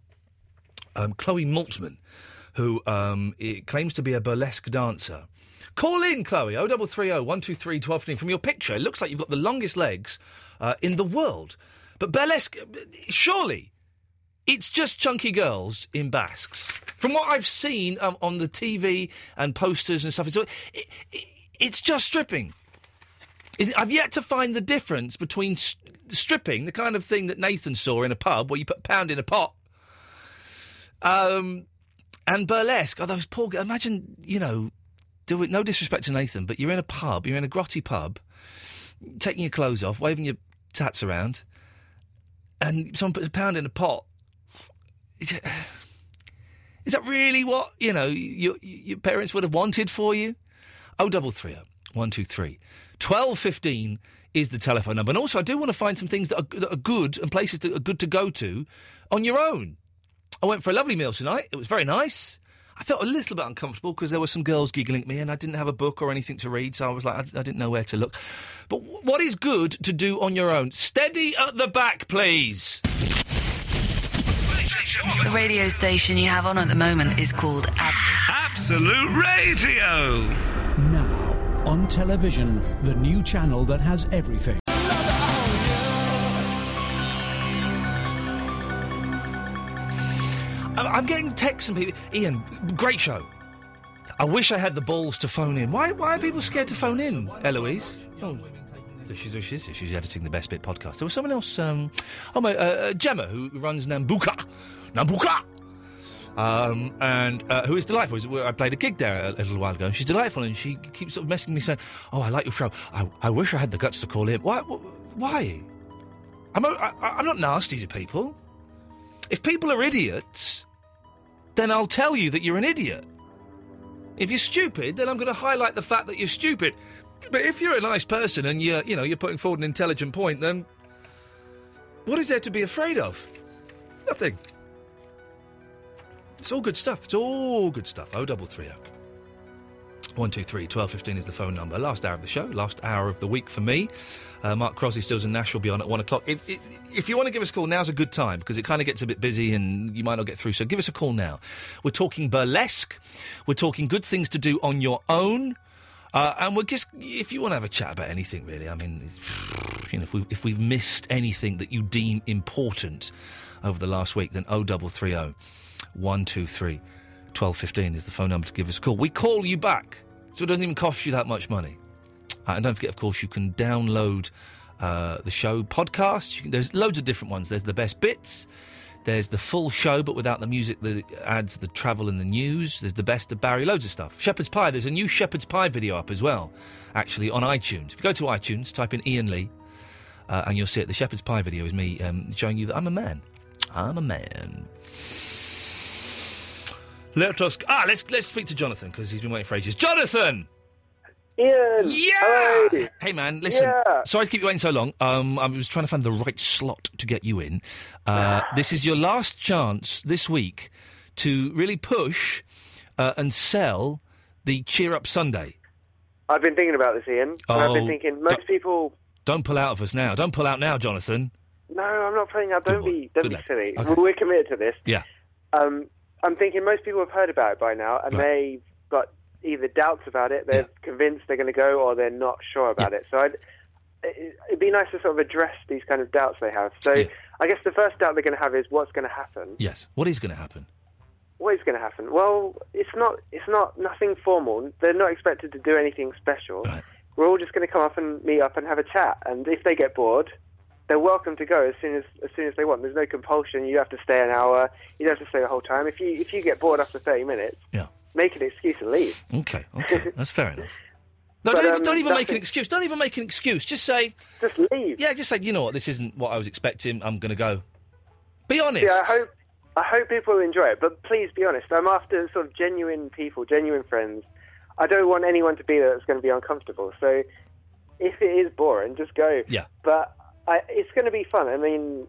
Um, Chloe Maltman, who um, i claims to be a burlesque dancer. Call in, Chloe, 0330 123 1215. From your picture, it looks like you've got the longest legs uh, in the world. But burlesque, surely, it's just chunky girls in basques. From what I've seen um, on the TV and posters and stuff, it's, all- it, it, it's just stripping. Is it- I've yet to find the difference between st- stripping, the kind of thing that Nathan saw in a pub where you put a pound in a pot, um, and burlesque. Oh, those poor. g- Imagine, you know, do it. No disrespect to Nathan, but you're in a pub, you're in a grotty pub, taking your clothes off, waving your tats around, and someone puts a pound in a pot. Is, it- is that really what you know your your parents would have wanted for you? Oh, double three oh one two three twelve fifteen is the telephone number. And also, I do want to find some things that are, that are good and places that are good to go to on your own. I went for a lovely meal tonight. It was very nice. I felt a little bit uncomfortable because there were some girls giggling at me, and I didn't have a book or anything to read, so I was like, I, I didn't know where to look. But w- what is good to do on your own? Steady at the back, please. The radio station you have on at the moment is called Ab- Absolute Radio. Now, on television, the new channel that has everything. I'm, I'm getting texts from people. Ian, great show. I wish I had the balls to phone in. Why? Why are people scared to phone in, Eloise? Oh. So she's, so she's, she's editing the Best Bit podcast. There was someone else, um, oh my, uh, uh, Gemma, who runs Nambuka. Nambuka! Um, and uh, who is delightful. Is- I played a gig there a, a little while ago, and she's delightful, and she keeps sort of messaging me saying, Oh, I like your show. I, I wish I had the guts to call in. Why? wh- Why? I'm, o- I, am i am not nasty to people. If people are idiots, then I'll tell you that you're an idiot. If you're stupid, then I'm going to highlight the fact that you're stupid. But if you're a nice person and you're, you know, you're putting forward an intelligent point, then what is there to be afraid of? Nothing. It's all good stuff. It's all good stuff. O double three O. One two three twelve fifteen is the phone number. Last hour of the show, last hour of the week for me. Uh, Mark Crosby stills in Nashville be on at one o'clock. If, if, if you want to give us a call, now's a good time because it kind of gets a bit busy and you might not get through. So give us a call now. We're talking burlesque. We're talking good things to do on your own. Uh, and we're just if you want to have a chat about anything, really. I mean, it's- you know, if we if we've missed anything that you deem important over the last week, then 0330 123 1215 is the phone number to give us a call. We call you back, so it doesn't even cost you that much money. Uh, and don't forget, of course, you can download uh, the show podcast. You can, there's loads of different ones. There's the best bits. There's the full show, but without the music, the ads, the travel, and the news. There's the best of Barry, loads of stuff. Shepherd's Pie. There's a new Shepherd's Pie video up as well, actually, on iTunes. If you go to iTunes, type in Ian Lee, uh, and you'll see it. The Shepherd's Pie video is me um, showing you that I'm a man. I'm a man. Let us ah let's let's speak to Jonathan because he's been waiting for ages. Jonathan. Ian. Yeah. Hey man, listen. Yeah. Sorry to keep you waiting so long. Um, I was trying to find the right slot to get you in. Uh, this is your last chance this week to really push uh, and sell the Cheer Up Sunday. I've been thinking about this, Ian. and I've Oh, been thinking most people. Don't pull out of us now. Don't pull out now, Jonathan. No, I'm not playing out. Don't be, don't be silly. Okay. We're committed to this. Yeah. Um, I'm thinking most people have heard about it by now, and they've got either doubts about it, they're convinced they're going to go, or they're not sure about it. So I'd, it- it'd be nice to sort of address these kind of doubts they have. So I guess the first doubt they're going to have is what's going to happen. Yes. What is going to happen? What is going to happen? Well, it's not. It's not nothing formal. They're not expected to do anything special. We're all just going to come up and meet up and have a chat. And if they get bored, they're welcome to go as soon as as soon as they want. There's no compulsion. You have to stay an hour. You don't have to stay the whole time. If you if you get bored after 30 minutes, Yeah. make an excuse and leave. Okay. Okay. That's fair enough. No, But, don't, um, even, don't even that's make an it. excuse. Don't even make an excuse. Just say. Just leave. Yeah, just say. You know what? This isn't what I was expecting. I'm going to go. Be honest. Yeah, I hope I hope people enjoy it, but please be honest. I'm after sort of genuine people, genuine friends. I don't want anyone to be there that's going to be uncomfortable. So if it is boring, just go. Yeah. But I, it's going to be fun. I mean,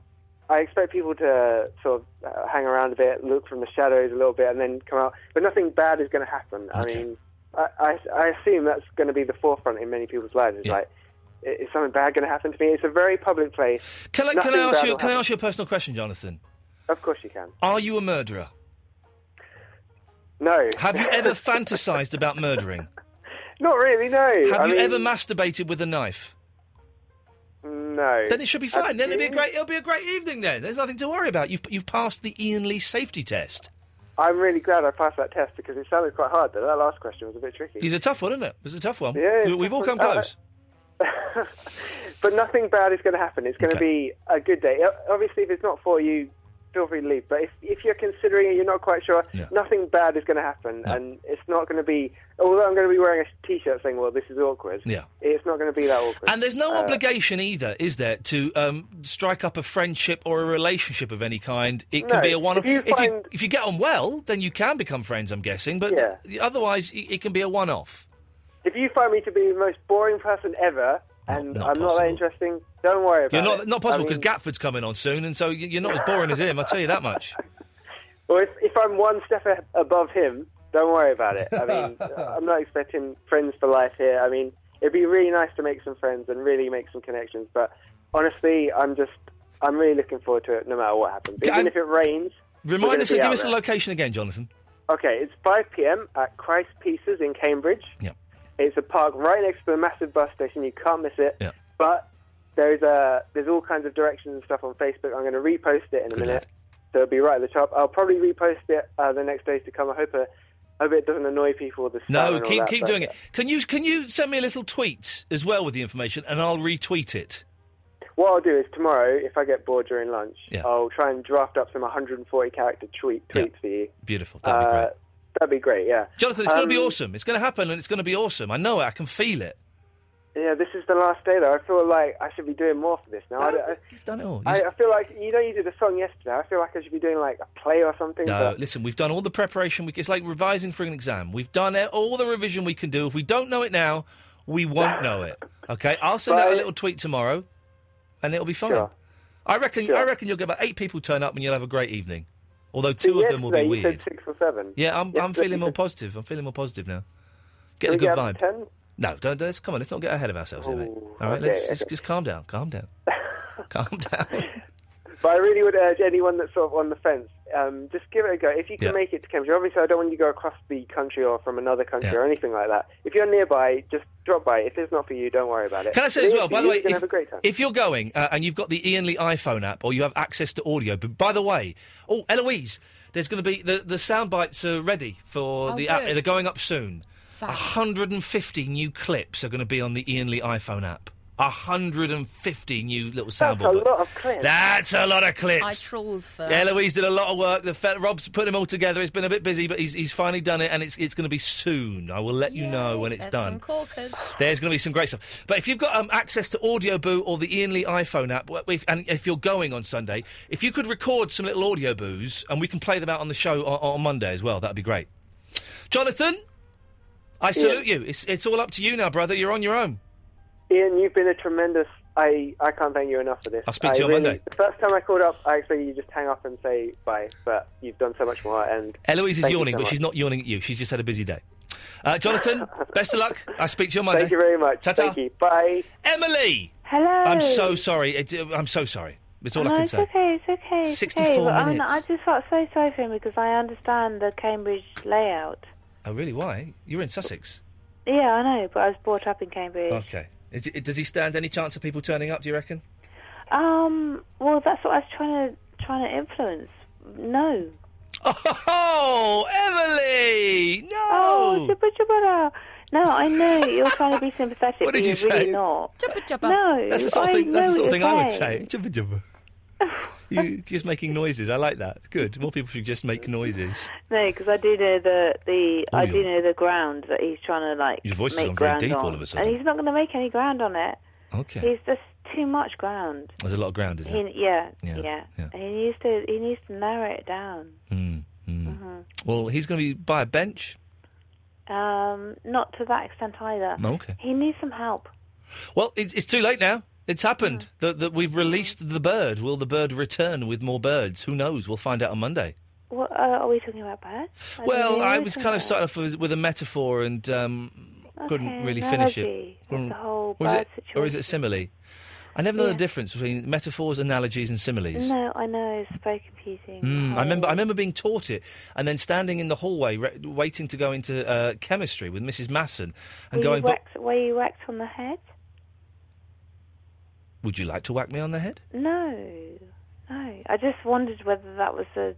I expect people to sort of uh, hang around a bit, look from the shadows a little bit, and then come out. But nothing bad is going to happen. I mean, I, I, I assume that's going to be the forefront in many people's lives. It's like, i- is something bad going to happen to me? It's a very public place. Can I, can I ask you? Can I ask you a personal question, Jonathan? Of course you can. Are you a murderer? No. Have you ever fantasized about murdering? Not really, no. Have I you mean, ever masturbated with a knife? No. Then it should be fine. Then it'll be a Actually, great. It'll be a great evening. Then there's nothing to worry about. You've you've passed the Ian Lee safety test. I'm really glad I passed that test because it sounded quite hard, but that last question was a bit tricky. It's a tough one, isn't it? It's a tough one. Yeah, it's We- we've all tough come one. Uh, close. But nothing bad is going to happen. It's going to be a good day. O- Obviously, if it's not for you, feel free to leave. But if, if you're considering it, you're not quite sure, nothing bad is going to happen. And it's not going to be, although I'm going to be wearing a t shirt saying, well, this is awkward, Yeah. it's not going to be that awkward. And there's no Uh, obligation either, is there, to um, strike up a friendship or a relationship of any kind? It No, can be a one-off. if you you if you get on well, then you can become friends, I'm guessing. But otherwise, it it can be a one-off. If you find me to be the most boring person ever not and I'm not possible. that interesting, don't worry about You're it. not not possible I because mean, Gatford's coming on soon, and so y- you're not as boring as him. I tell you that much. Well, if, if I'm one step a- above him, don't worry about it. I mean, I'm not expecting friends for life here. I mean, it'd be really nice to make some friends and really make some connections. But honestly, I'm just, I'm really looking forward to it no matter what happens. Even if it rains. we're Remind gonna us be and give out us the there. location again, Jonathan. Okay, it's 5 p.m. at Christ Pieces in Cambridge. Yeah. It's a park right next to the massive bus station. You can't miss it. Yeah. But there's a there's all kinds of directions and stuff on Facebook. I'm going to repost it in a minute, so it'll be right at the top. I'll probably repost it uh, the next days to come. I hope, uh, hope it doesn't annoy people. The spam No, and all keep that, keep but- doing it. Can you can you send me a little tweet as well with the information, and I'll retweet it. What I'll do is tomorrow, if I get bored during lunch, Yeah. I'll try and draft up some 140 character tweet tweets for you. Beautiful, that'd be Uh, great. That'd be great. Yeah, Jonathan, it's going to be Um, awesome. It's going to happen, and it's going to be awesome. I know it. I can feel it. Yeah, this is the last day though. I feel like I should be doing more for this now. I, I, You've done it all. You I, s- I feel like you know you did a song yesterday. I feel like I should be doing like a play or something. No, but listen, we've done all the preparation. We, it's like revising for an exam. We've done it- all the revision we can do. If we don't know it now, we won't know it. Okay, I'll send out a little tweet tomorrow, and it'll be fine. I reckon. I reckon you'll get about eight people turn up, and you'll have a great evening. Although two of them will be yesterday you weird. said six or seven. Yeah, I'm, I'm Yesterday feeling you more said- positive. I'm feeling more positive now. Getting Can we a good get up vibe. to 10? No, don't. Let's come on. Let's not get ahead of ourselves, here, mate. All right, okay, let's just, okay. just calm down. Calm down. calm down. But I really would urge anyone that's sort of on the fence, um, just give it a go. If you can Yeah. make it to Cambridge, obviously I don't want you to go across the country or from another country Yeah. or anything like that. If you're nearby, just drop by. If it's not for you, don't worry about it. Can I say If as it is well, for by you, the way, you're gonna if, have a great time. if you're going uh, and you've got the Ian Lee iPhone app or you have access to audio, but by the way, oh, Eloise, there's going to be the, the sound bites are ready for Oh, the app. good. They're going up soon. Fab. 150 new clips are going to be on the Ian Lee iPhone app. 150 new little That's a soundboard. bites. lot of clips. That's a lot of clips. I trolled for. Yeah, Eloise did a lot of work. The fe- Rob's put them all together. It's been a bit busy, but he's, he's finally done it, and it's it's going to be soon. I will let you know when it's There's done. Some corkers. There's going to be some great stuff. But if you've got um, access to Audio Boo or the Ian Lee iPhone app, wh- if, and if you're going on Sunday, if you could record some little Audio Boos and we can play them out on the show on, on Monday as well, that'd be great. Jonathan, I salute you. It's, it's all up to you now, brother. You're on your own. Ian, you've been a tremendous. I, I can't thank you enough for this. I'll speak to I you on really- Monday. The first time I called up, I expected you to just hang up and say bye, but you've done so much more. And Eloise is thank you yawning, so but she's much. not yawning at you. She's just had a busy day. Uh, Jonathan, best of luck. I'll speak to you on Monday. Thank you very much. Ta-ta. Thank you. Bye. Emily! Hello. I'm so sorry. It, I'm so sorry. It's all no, I can it's say. okay, it's okay. It's 64 okay. But I'm- minutes. I just felt so sorry for him because I understand the Cambridge layout. Oh, really? Why? You're in Sussex. Yeah, I know, but I was brought up in Cambridge. Okay. Is, it- does he stand any chance of people turning up? Do you reckon? Um, well, that's what I was trying to trying to influence. No. Oh, Emily! No. Oh, chubba chubba. No, I know you're trying to be sympathetic, What did but you you're really say? not. No, That's the sort of I thing. That's the know sort of what thing you're I would say. saying. Jibba jibba. you just making noises. I like that. Good. More people should just make noises. No, because I do know the the Oh, I your- do know the ground that he's trying to like Your voice has make gone very ground deep on, all of a sudden. and he's not going to make any ground on it. Okay. He's just too much ground. There's a lot of ground, isn't He, there? yeah, Yeah, yeah, yeah. And he needs to he needs to narrow it down. Mm, mm. Mhm. Well, he's going to be by a bench. Um, not to that extent either. Okay. He needs some help. Well, it's, it's too late now. It's happened. Hmm. That that we've released the bird. Will the bird return with more birds? Who knows? We'll find out on Monday. What uh, are we talking about, Bert? I don't Well, know, I we're was talking kind of about- starting off with, with a metaphor and um, couldn't Okay, really finish analogy. it. That's Mm. the whole or, is bad it or is it simile? I never know the Yeah. difference between metaphors, analogies, and similes. No, I know it's very confusing. Mm, I remember. I remember being taught it, and then standing in the hallway re- waiting to go into uh, chemistry with Mrs. Masson, and were going, you "But whacked, were you whacked on the head? would you like to whack me on the head?" No, no. I just wondered whether that was a.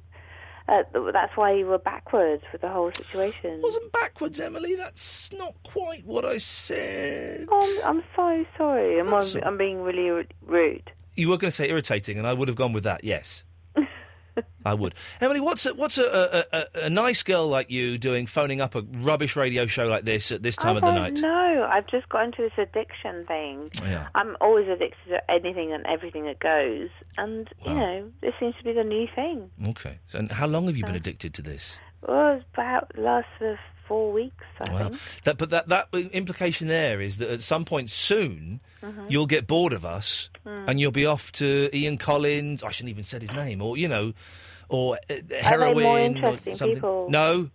Uh, th- that's why you were backwards with the whole situation. Wasn't backwards, Emily. That's not quite what I said. Oh, I'm, I'm so sorry. I'm, That's I'm, all- I'm being really r- rude. You were going to say irritating, and I would have gone with that. Yes, I would. Emily, what's a, what's a, a, a, a nice girl like you doing phoning up a rubbish radio show like this at this time I of the don't night? know. I've just got into this addiction thing. Yeah. I'm always addicted to anything and everything that goes, and Wow. you know, this seems to be the new thing. Okay. So, and how long have you Uh, been addicted to this? Well, it's about last for four weeks. I Wow. think. That, but that that implication there is that at some point soon Mhm. you'll get bored of us Mm. and you'll be off to Ian Collins. I shouldn't even said his name, or you know, or uh, Are they heroin more or interesting something. people? No,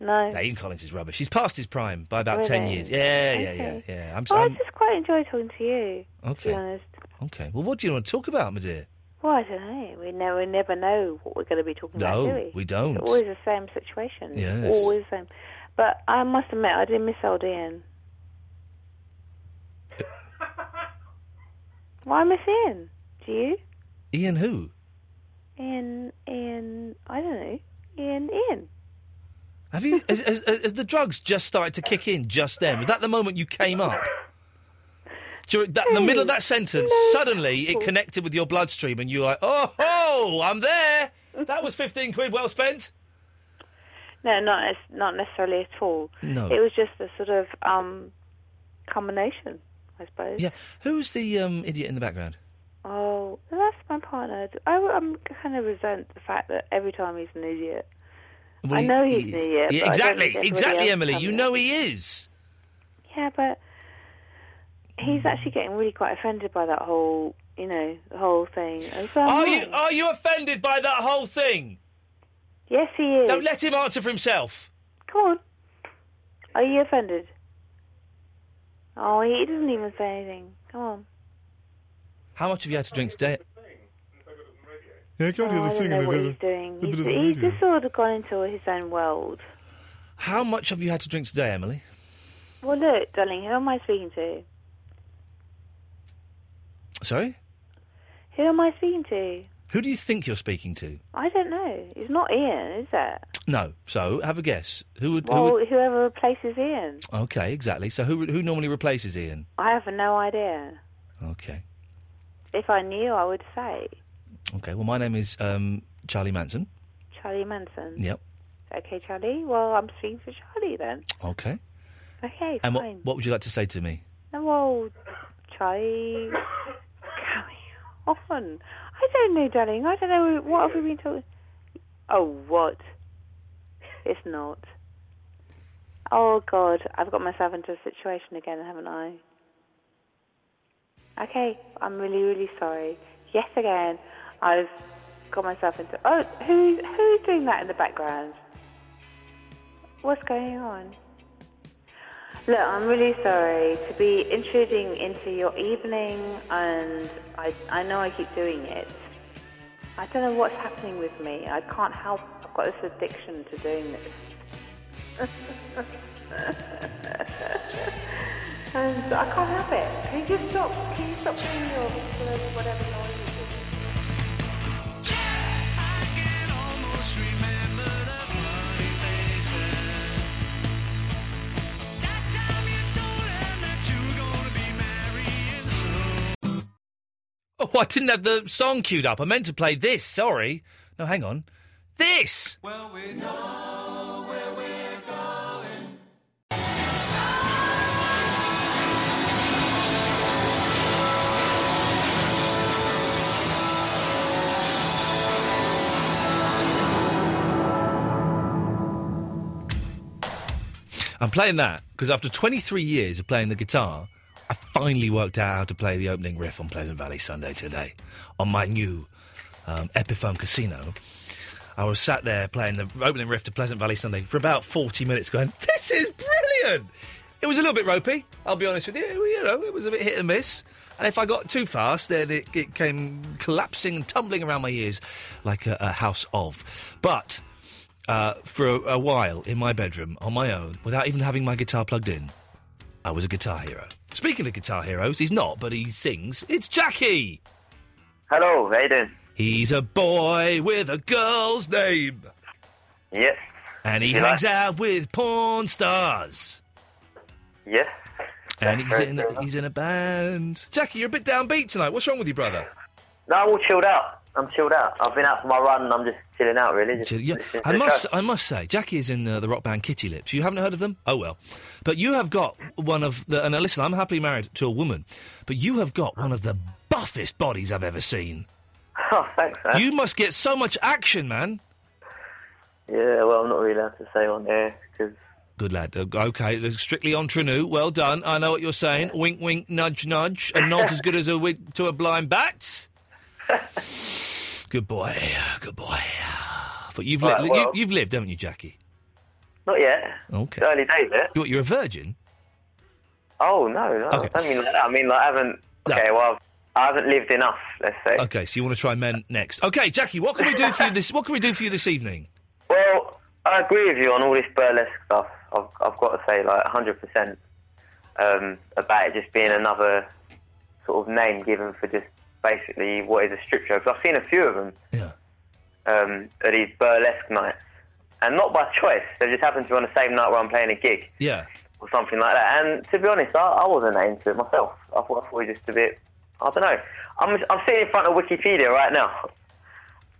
No. No, Ian Collins is rubbish. He's past his prime by about ten Really? years. Yeah, yeah, Okay. yeah, yeah. I'm, Well, Oh, I I'm just quite enjoy talking to you. To Okay. be honest. okay. Well, what do you want to talk about, my dear? Well, I don't know. We never, we never know what we're going to be talking No, about, do we? we don't. It's always the same situation. Yes. Always the same. But I must admit, I did miss old Ian. Why miss Ian? Do you? Ian who? Ian, Ian, I don't know. Ian, Ian. Have you? has, has, has the drugs just started to kick in just then? Was that the moment you came up? During that, in the middle of that sentence, suddenly it connected with your bloodstream, and you were like, "Oh ho, I'm there." That was fifteen quid well spent. No, not as- not necessarily at all. No. It was just a sort of um, combination. I suppose. Yeah. Who's the um, idiot in the background? Oh, that's my partner. I am kind of resent the fact that every time he's an idiot. Well, I he- know he's he- an idiot. yeah, but I don't exactly, think exactly, everybody Emily. else You can. know he is. Yeah, but Mm-hmm. he's actually getting really quite offended by that whole, you know, the whole thing. And so am Are I. you are you offended by that whole thing? Yes, he is. Don't let him answer for himself. Come on. Are you offended? Oh, he doesn't even say anything. Come on. How much have you had to drink today? Yeah, go the oh, other I thing don't know and what then he's doing. the He's, bit of the he's radio. just sort of gone into his own world. How much have you had to drink today, Emily? Well, look, darling, who am I speaking to? Sorry, Who am I speaking to? who do you think you're speaking to? I don't know. It's not Ian, is it? No. So have a guess. Who would? Who Well, would whoever replaces Ian. okay, exactly. So who who normally replaces Ian? I have no idea. Okay. If I knew, I would say Okay. Well, my name is um, Charlie Manson. Charlie Manson. Yep. Okay, Charlie. Well, I'm speaking for Charlie then. Okay. Okay, And what fine. what would you like to say to me? No, well, Charlie, carry on. I don't know, darling. I don't know. What have we been talking? Oh, what? It's not. Oh God, I've got myself into a situation again, haven't I? Okay, I'm really, really sorry. Yes, again, I've got myself into. Oh, who who's doing that in the background? What's going on? Look, I'm really sorry to be intruding into your evening, and I, I know I keep doing it. I don't know what's happening with me. I can't help. I've got this addiction to doing this. and I can't help it. Can you just stop? Can you stop doing your whatever noise you do? Oh, I didn't have the song queued up. I meant to play this. Sorry. No, hang on. This. Well, we know. I'm playing that because after 23 years of playing the guitar, I finally worked out how to play the opening riff on Pleasant Valley Sunday today on my new um, Epiphone Casino. I was sat there playing the opening riff to Pleasant Valley Sunday for about 40 minutes going, This is brilliant! It was a little bit ropey, I'll be honest with you. You know, it was a bit hit and miss. And if I got too fast, then it, it came collapsing and tumbling around my ears like a, a house of. But uh, for a, a while in my bedroom on my own without even having my guitar plugged in. I was a guitar hero. Speaking of guitar heroes, he's not, but he sings. It's Jackie! Hello, how you doing? He's a boy with a girl's name. Yeah, And he You hangs out with porn stars. yeah. And he's in, he's in a band. Jackie, you're a bit downbeat tonight. What's wrong with you, brother? No, I'm all chilled out. I'm chilled out. I've been out for my run and I'm just chilling out, really. Just Yeah, listening to I the must, show. I must say, Jackie is in the, the rock band Kitty Lips. You haven't heard of them? Oh well, but you have got one of the. And now listen, I'm happily married to a woman, but you have got one of the buffest bodies I've ever seen. Oh, thanks, man. You must get so much action, man. Yeah, well, I'm not really allowed to say on air because. Good lad. Uh, Okay, that's strictly entre nous. Well done. I know what you're saying. Wink, wink, nudge, nudge, and not as good as a wig to a blind bat. good boy, good boy. But you've Right, li- well- you, you've lived, haven't you, Jackie? Not yet. Okay. It's early days, eh? What, you're a virgin. Oh, no, no. I don't mean like that. I mean, like, I haven't. Okay, well, I haven't lived enough, let's say. Okay, so you want to try men next? Okay, Jackie, what can we do for you this? What can we do for you this evening? Well, I agree with you on all this burlesque stuff. I've, I've got to say, like, 100% um, about it just being another sort of name given for just basically what is a strip show. Because I've seen a few of them um, at these burlesque nights. And not by choice. They just happen to be on the same night where I'm playing a gig Yeah. or something like that. And to be honest, I, I wasn't into it myself. I thought, I thought it was just a bit. I don't know. I'm, I'm sitting in front of Wikipedia right now,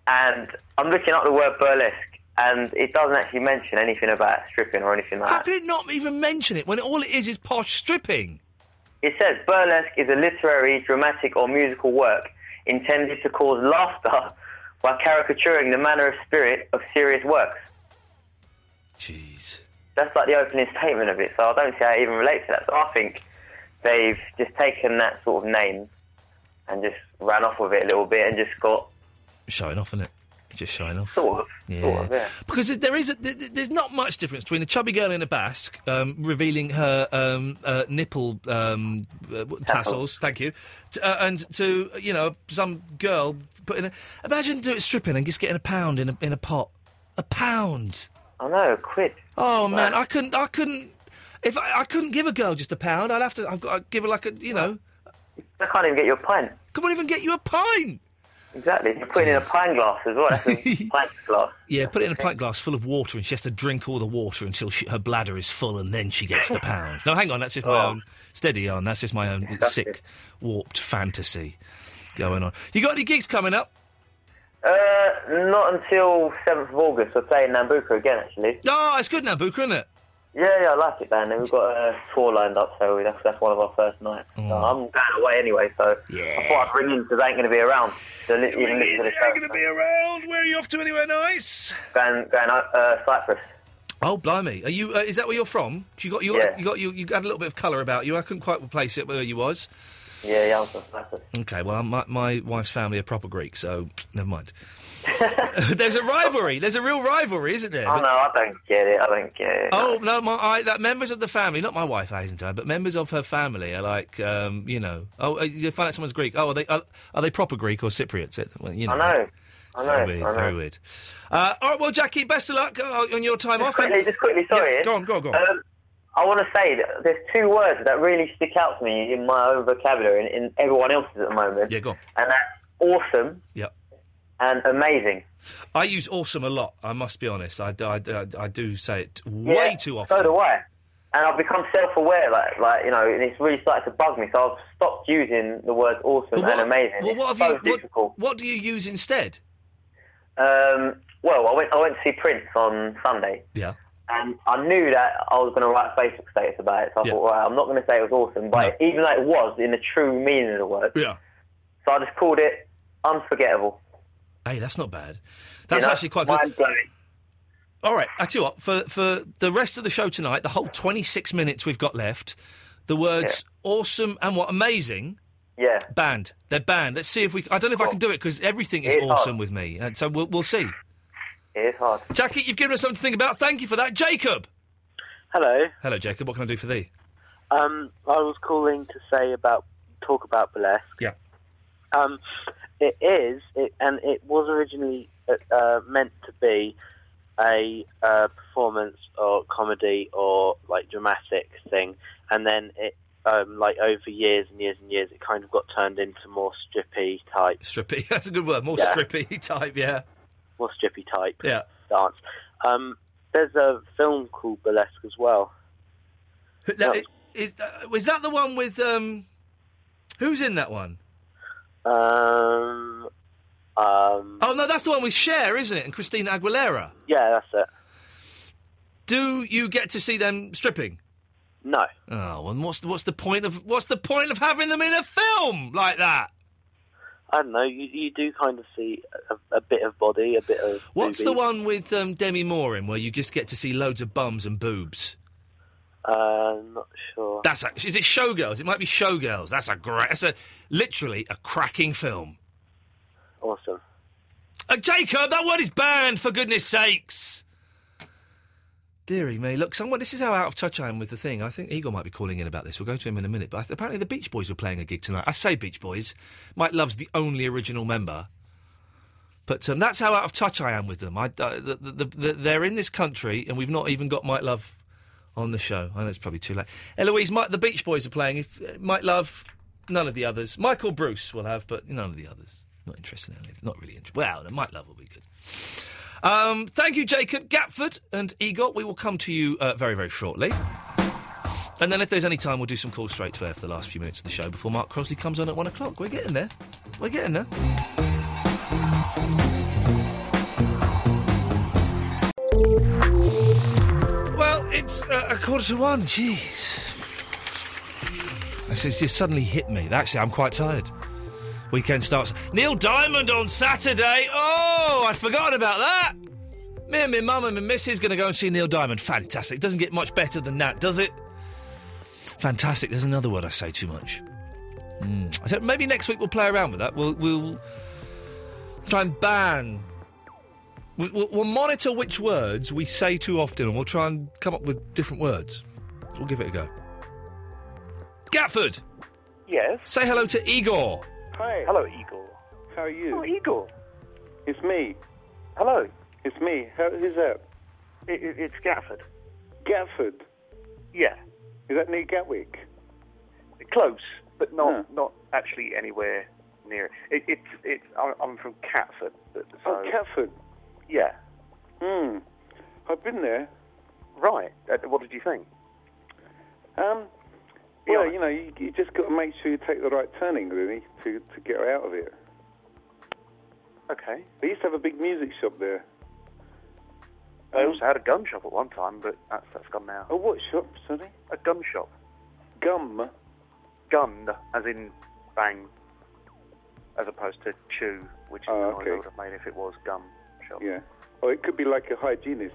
and I'm looking up the word burlesque, and it doesn't actually mention anything about stripping or anything like How that. could it not even mention it when all it is is posh stripping? It says burlesque is a literary, dramatic, or musical work intended to cause laughter by caricaturing the manner of spirit of serious works. Jeez. That's like the opening statement of it, so I don't see how it even relates to that. So I think they've just taken that sort of name and just ran off with it a little bit and just got Showing off, isn't it? Just showing off. sort of, Yeah. sort of, yeah. Because there is a, there- there's not much difference between a chubby girl in a basque um, revealing her um, uh, nipple um, uh, tassels. Tassels. Thank you, t- uh, and to you know some girl putting a imagine doing stripping and just getting a pound in a in a pot, a pound. I know, a quid. Oh man, Right. I couldn't, I couldn't. If I, I couldn't give a girl just a pound, I'd have to. I've got to give her like a you know. I can't even get you a pint. Come on, even get you a pint. Exactly. You're putting in a pint glass as well. That's a pint glass. Yeah, put it in a pint glass full of water, and she has to drink all the water until she, her bladder is full, and then she gets the pound. No, hang on, that's just my own steady on. That's just my own sick, warped fantasy going on. You got any gigs coming up? Uh, not until 7th of August. We're playing Nambuka again, actually. Oh, it's good Nambuka, isn't it? Yeah, yeah, I like it, man. And we've got a tour lined up, so that's, that's one of our first nights. Mm. So I'm going away anyway, so I thought I'd ring in because I ain't going to be around. So li- you can listen to the show. going to be around. Where are you off to? Anywhere nice? Going, going uh, Cyprus. Oh, blimey! Are you? Uh, is that where you're from? 'Cause You got you, Yeah. you got you, you had a little bit of colour about you. I couldn't quite place it where you was. Yeah, yeah, I'm from Cyprus. Okay, well, my, my wife's family are proper Greek, so never mind. There's a rivalry. There's a real rivalry, isn't there? Oh, no, I don't get it. I don't get it. Oh no, my I, that members of the family, not my wife Hazenton, but members of her family are like, um, you know, oh, uh, you find out someone's Greek. Oh, are they are, are they proper Greek or Cypriots? It- well, you know, I know. I It's know. very I weird. know. Very weird. Uh, all right, well, Jackie, best of luck uh, on your time off. Just quickly, just quickly, sorry. Yeah, go on, go on, go on. Um, I want to say that there's two words that really stick out to me in my own vocabulary and in everyone else's at the moment. Yeah, go on. And that's awesome Yep. and amazing. I use awesome a lot. I must be honest. I, do- I, do- I do say it way Yeah, too often. So do I. And I've become self-aware, like, like you know, and it's really started to bug me. So I've stopped using the words awesome and amazing. Well, It's what so have you? difficult. What, what do you use instead? Um, well, I went, I went to see Prince on Sunday. Yeah. And I knew that I was going to write Facebook status about it, so I thought, well, I'm not going to say it was awesome, but even though it was in the true meaning of the word, Yeah. so I just called it unforgettable. Hey, that's not bad. That's You know? actually quite good. Mind-blowing. All right, I tell you what. For for the rest of the show tonight, the whole twenty six minutes we've got left, the words "awesome" and "what amazing," yeah, banned. They're banned. Let's see if we. I don't know if I can do it because everything is It is hard. awesome with me, and so we'll we'll see. It is hard. Jackie, you've given us something to think about. Thank you for that, Jacob. Hello. Hello, Jacob. What can I do for thee? Um, I was calling to say about talk about burlesque. Yeah. Um, it is, it, and it was originally uh, uh, meant to be a uh, performance or comedy or like dramatic thing, and then it. Um, like over years and years and years, it kind of got turned into more strippy type, Strippy. That's a good word. More Yeah. strippy type. Yeah. more strippy type Yeah. dance. Um, there's a film called Burlesque as well. Now, i- is, uh, is that the one with um? Who's in that one? Um, um, Oh no, that's the one with Cher, isn't it? And Christina Aguilera. yeah, that's Do you get to see them stripping? No. Oh, well, what's the, what's the point of what's the point of having them in a film like that? it. I don't know. You, you do kind of see a, a bit of body, a bit of. What's the boobies. one with um, Demi Moore in where you just get to see loads of bums and boobs? Uh, not sure. That's a, is it Showgirls? It might be Showgirls. That's a great. That's a literally a cracking film. awesome. Uh, Jacob, that word is banned for goodness sakes. Deary me, look, someone. This is how out of touch I am with the thing. I think Igor might be calling in about this. We'll go to him in a minute. But I th- apparently, the Beach Boys were playing a gig tonight. I say Beach Boys. Mike Love's the only original member. But um, that's how out of touch I am with them. I, I- the, the, the, the, they're in this country, and we've not even got Mike Love on the show. I know it's probably too late. Eloise, Mike, the Beach Boys are playing. If uh, Mike Love, none of the others. Michael Bruce will have, but none of the others. Not interested in any. Not really interested. Well, Mike Love will be good. Um, thank you, Jacob Gatford and Egot. We will come to you uh, very, very shortly. And then, if there's any time, we'll do some calls straight to air for the last few minutes of the show before Mark Crosley comes on at one o'clock. We're getting there. We're getting there. Well, it's uh, a quarter to one. Jeez. This has just suddenly hit me. Actually, I'm quite tired. Weekend starts. Neil Diamond on Saturday. Oh, I'd forgotten about that. Me and my mum and my missus going to go and see Neil Diamond. Fantastic. Doesn't get much better than that, does it? Fantastic. There's another word I say too much. Mm. I said maybe next week we'll play around with that. We'll, we'll try and ban. we- We'll, we'll monitor which words we say too often, and we'll try and come up with different words. We'll give it a go. Gatford. Yes. Say hello to Igor. Hi. Hello, Igor. How are you? Oh, Igor. It's me. Hello. It's me. How, who's that? It, it, it's Gafford. Gatford. Yeah. Is that near Gatwick? Close, but not not actually anywhere near it. it it's it's. I'm I'm from Catford. but- So, Oh, Catford. Yeah. Hmm. I've been there. Right. Uh, what did you think? Um, well, you know, you, you just got to make sure you take the right turning, really, to, to get out of it. Okay. They used to have a big music shop there. Um, I also had a gun shop at one time, but that's that's gone now. Oh. A what shop, sorry? A gun shop. Gum. Gun, as in bang, as opposed to chew, which is Oh, the noise okay. I would have made if it was gun shop. Yeah. Or it could be like a hygienist.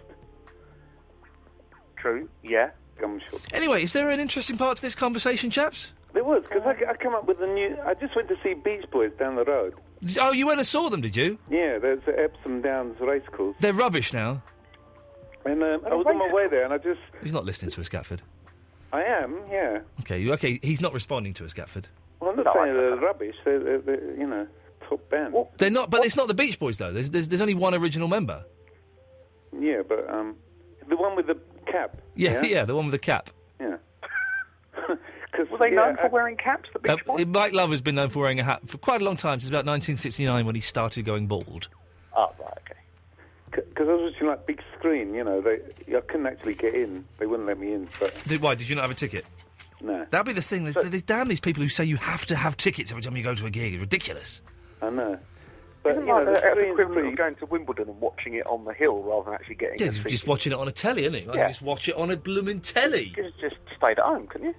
True. Yeah. Gum shop. Anyway, is there an interesting part to this conversation, chaps? There was, because I, I come up with a new. I just went to see Beach Boys down the road. Oh, you went and saw them, did you? Yeah, there's the Epsom Downs Racecourse. They're rubbish now. And um, Oh, I was on my way there, and I just. He's not listening to us, Gatford. I am, yeah. Okay, you- okay, he's not responding to us, Gatford. Well, I'm not No, saying they're rubbish. They're, they're, they're, you know, top band. They're not, but it's not the Beach Boys though. There's, there's, there's only one original member. Yeah, but um, the one with the cap. Yeah, yeah, the one with the cap. Yeah. Cause, Were they yeah, known for I- wearing caps? The Uh, Mike Love has been known for wearing a hat for quite a long time. Since about 1969, when he started going bald. Oh, right, okay. Because I was watching like big screen, you know, they I couldn't actually get in. They wouldn't let me in. But Did, why did you not have a ticket? No. That'd be the thing. There's, there's damn these people who say you have to have tickets every time you go to a gig. It's ridiculous. I know. But, Isn't you know, like the the- the screen's equivalent of going to Wimbledon and watching it on the hill rather than actually getting Yeah, a just, seat. just watching it on a telly, isn't it? Like, Yeah. Just watch it on a blooming telly. Oh, Just, just stayed at home, couldn't you?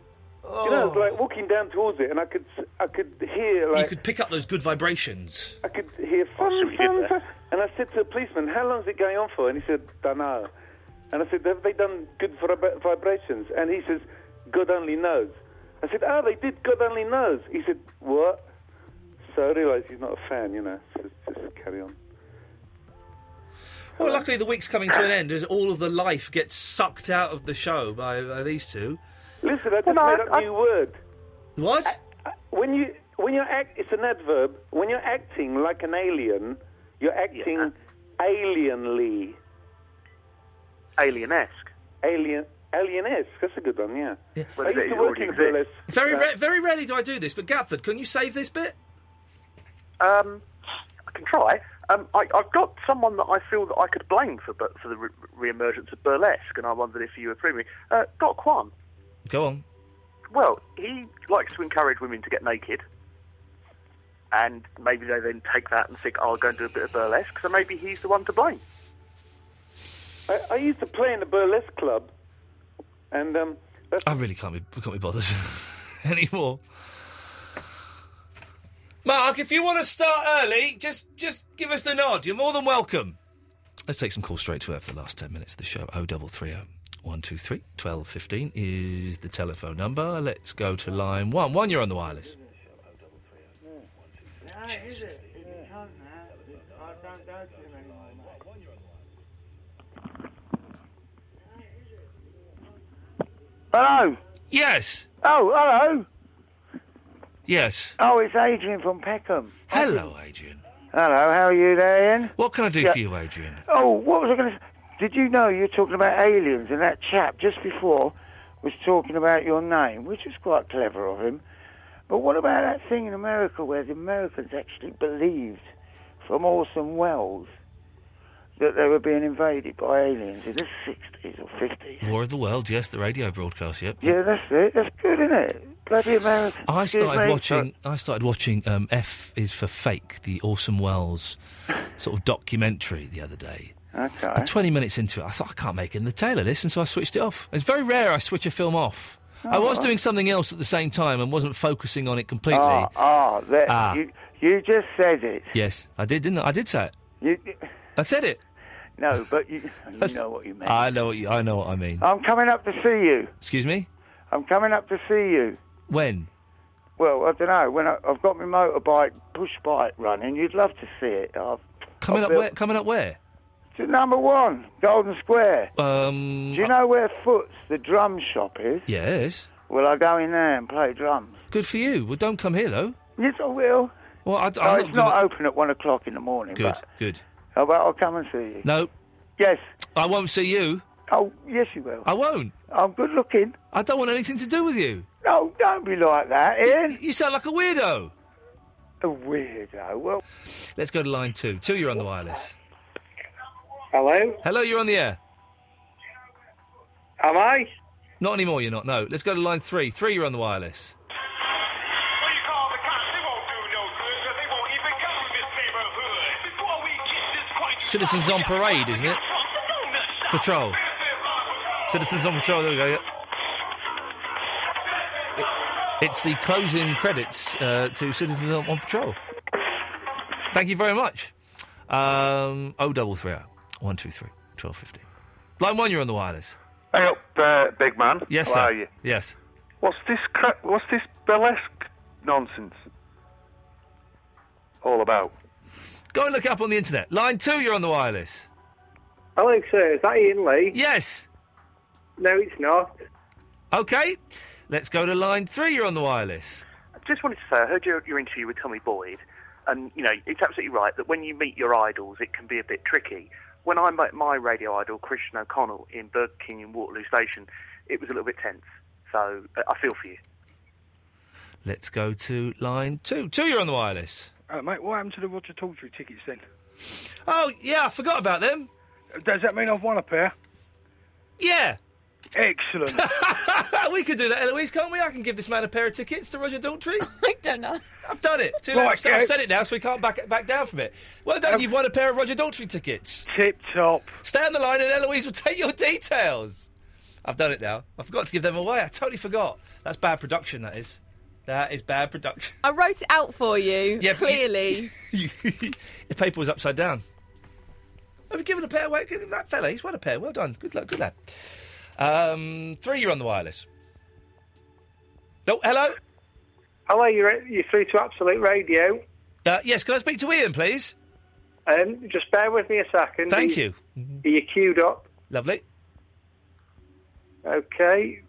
You know, I was like walking down towards it, and I could s- I could hear like you could pick up those good vibrations. I could hear fun, fun, fun. And I said to the policeman, "How long is it going on for?" And he said, "Dunno." And I said, "Have they done good vib- vibrations?" And he says, "God only knows." I said, "Oh, they did. God only knows." He said, "What?" So I realised he's not a fan, you know. So just carry on. Well, luckily the week's coming to an end as all of the life gets sucked out of the show by, by these two. Listen, I just no, made up I- a new word. What? When you when you're act, it's an adverb. When you're acting like an alien, you're acting alienly. Alien-esque. Alien alien-esque. That's a good one. Yeah. I Well, used it to work already in burlesque. Very, Uh, ra- very rarely do I do this, but Gatford, can you save this bit? Um, I can try. Um, I, I've got someone that I feel that I could blame for bu- for the re- re-emergence of burlesque, and I wondered if you approve me. Uh, Dot Kwan. Go on. Well, he likes to encourage women to get naked, and maybe they then take that and think, "Oh, I'll go and do a bit of burlesque." So maybe he's the one to blame. Uh, I, I used to play in a burlesque club, and um, that's I really can't be, can't be bothered anymore. Mark, if you want to start early, just just give us the nod. You're more than welcome. Let's take some calls straight to air for the last 10 minutes of the show. Oh, 0330 123 1215 is the telephone number. Let's go to line one. One, you're on the wireless. Hello. Yes. Oh, hello. Yes. Oh, it's Adrian from Peckham. Hello, Adrian. Hello, how are you there, Ian? What can I do Yeah. for you, Adrian? Oh, what was I going to say? Did you know you're talking about aliens and that chap just before was talking about your name, which was quite clever of him. But what about that thing in America where the Americans actually believed from Orson Welles that they were being invaded by aliens in the 60s or 50s? War of the World, yes, the radio broadcast, yep. Yeah, that's it. That's good, isn't it? Bloody Americans. I Excuse started me. watching. I started watching um, F is for Fake, the Orson Welles sort of documentary the other day. Okay. And Twenty minutes into it, I thought I can't make it in the tail of this, and so I switched it off. It's very rare I switch a film off. I Oh. was doing something else at the same time and wasn't focusing on it completely. Ah, ah, there, Ah. You, you just said it. Yes, I did, didn't I? I did say it. You, I said it. no, but you, you know what you meant. I know what you, I know what I mean. I'm coming up to see you. Excuse me? I'm coming up to see you. When? Well, I don't know. When I, I've got my motorbike push bike running, you'd love to see it. I've, Coming I've up built- where? Coming up where? To number one, Golden Square. Um. Do you know where Foots, the drum shop, is? Yes. Well, I go in there and play drums. Good for you. Well, don't come here though. Yes, I will. Well, I, am no, it's not open at one o'clock in the morning. Good. But, Good. oh, well, I'll come and see you. No. Yes. I won't see you. Oh, yes, you will. I won't. I'm good looking. I don't want anything to do with you. No, Oh, don't be like that, Ian. You sound like a weirdo. A weirdo. Well, Let's go to line two. Two, you're on the wireless. Hello? Hello, you're on the air. Am I? Not anymore. You're not. No. Let's go to line three. Three, you're on the wireless. Citizens on parade, isn't it? Patrol. Citizens on patrol. There we go. yeah. It- It's the closing credits uh, to Citizens on, on Patrol. Thank you very much. Um, O double three O one two three twelve fifteen. Line one, you're on the wireless. Hey up, uh, big man. Yes, How sir. are you? Yes. What's this? Cra- what's this burlesque nonsense all about? Go and look it up on the internet. Line two, you're on the wireless. Alex, uh, is that Ian Lee? Yes. No, it's not. Okay. Let's go to line three. You're on the wireless. I just wanted to say, I heard your, your interview with Tommy Boyd, and you know it's absolutely right that when you meet your idols, it can be a bit tricky. When I met my radio idol Christian O'Connell in Burger King in Waterloo Station, it was a little bit tense. So uh, I feel for you. Let's go to line two. Two, you're on the wireless. Oh, mate, what happened to the Roger Daltrey tickets then? Oh, yeah, I forgot about them. Does that mean I've won a pair? Yeah. Excellent. we could do that, Eloise, can't we? I can give this man a pair of tickets to Roger Daltrey. I don't know. I've done it. Too late. Right, I've, said- I've go. said it now, so we can't back back down from it. Well done. You've won a pair of Roger Daltrey tickets. Tip top. Stay on the line, and Eloise will take your details. I've done it now. I forgot to give them away. I totally forgot. That's bad production. That is. That is bad production. I wrote it out for you, Yeah, but you- clearly. The paper was upside down. Have you given a pair away? Give him that fella. He's won a pair. Well done. Good luck. Good lad. Um, three, you're on the wireless. No, hello. Hello, you're, you're through to Absolute Radio. Uh, yes, can I speak to Ian, please? Um, just bear with me a second. Thank Are you. Are you queued up? Lovely. Okay.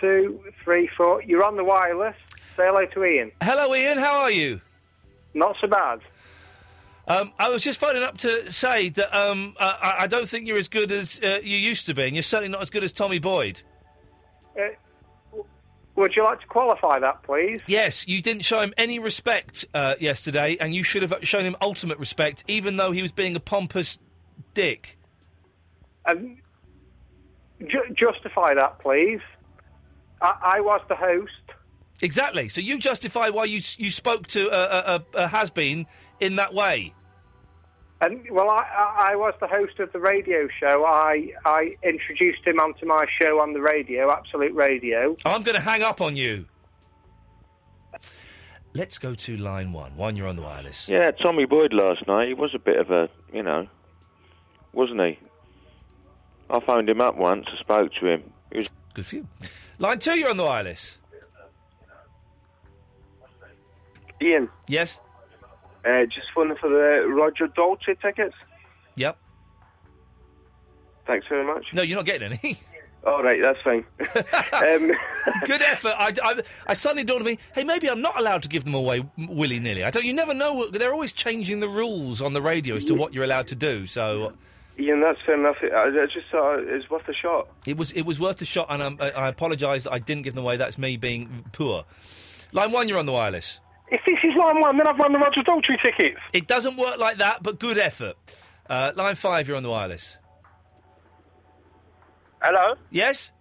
Two, three, four. You're on the wireless. Say hello to Ian. Hello, Ian. How are you? Not so bad. Um, I was just phoning up to say that um, uh, I, I don't think you're as good as uh, you used to be, and you're certainly not as good as Tommy Boyd. Uh, w- would you like to qualify that, please? Yes, you didn't show him any respect uh, yesterday, and you should have shown him ultimate respect, even though he was being a pompous dick. Um, ju- justify that, please. I-, I was the host. Exactly. So you justify why you you spoke to a, a, a, a has been in that way. And well, I, I, I was the host of the radio show. I I introduced him onto my show on the radio, Absolute Radio. I'm going to hang up on you. Let's go to line one. One, you're on the wireless. Yeah, Tommy Boyd last night. He was a bit of a, you know, wasn't he? I phoned him up once. I spoke to him. He was good for you. Line two, you're on the wireless. Ian. Yes. Uh, just phoning for the Roger Daltrey tickets. Yep. Thanks very much. No, you're not getting any. All right, that's fine. um, Good effort. I, I, I suddenly dawned on me, hey, maybe I'm not allowed to give them away willy nilly. I don't. You never know. what- They're always changing the rules on the radio as to what you're allowed to do. So Ian, that's fair enough. It, I, I just thought it's worth a shot. it was it was worth a shot, and I'm, I, I apologise that I didn't give them away. That's me being poor. Line one, you're on the wireless. If this is line one, then I've won the Roger Daltrey tickets. It doesn't work like that, but good effort. Uh, line five, you're on the wireless. Hello, Yes.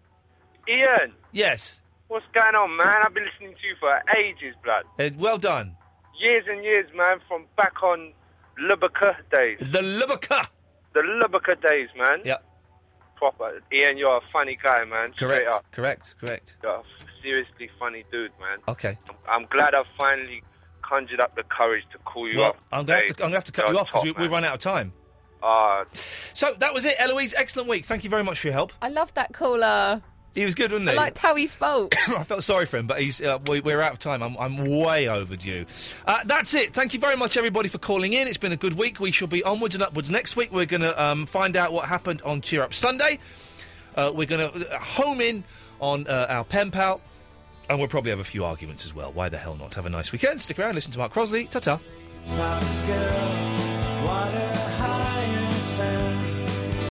Ian. Yes. What's going on, man? I've been listening to you for ages, blood. Uh, well done. Years and years, man. From back on Lubbock days. The Lubbock. The Lubbock days, man. Yep. proper. Ian, you're a funny guy, man. Straight Correct. up. Correct. Correct. You're a f- seriously funny dude, man. Okay. I'm glad I finally conjured up the courage to call you Well, up. I'm gonna, have to, today. I'm gonna have to cut You're you off because we, top, we man. run out of time. Ah. So that was it, Eloise. Excellent week. Thank you very much for your help. I love that caller. He was good, wasn't I he? liked how he spoke. I felt sorry for him, but he's uh, we, we're out of time. I'm, I'm way overdue. Uh, that's it. Thank you very much, everybody, for calling in. It's been a good week. We shall be onwards and upwards next week. We're going to um, find out what happened on Cheer Up Sunday. Uh, we're going to home in on uh, our pen pal, and we'll probably have a few arguments as well. Why the hell not? Have a nice weekend. Stick around. Listen to Mark Crosley. Ta ta. Girl, water high and sound.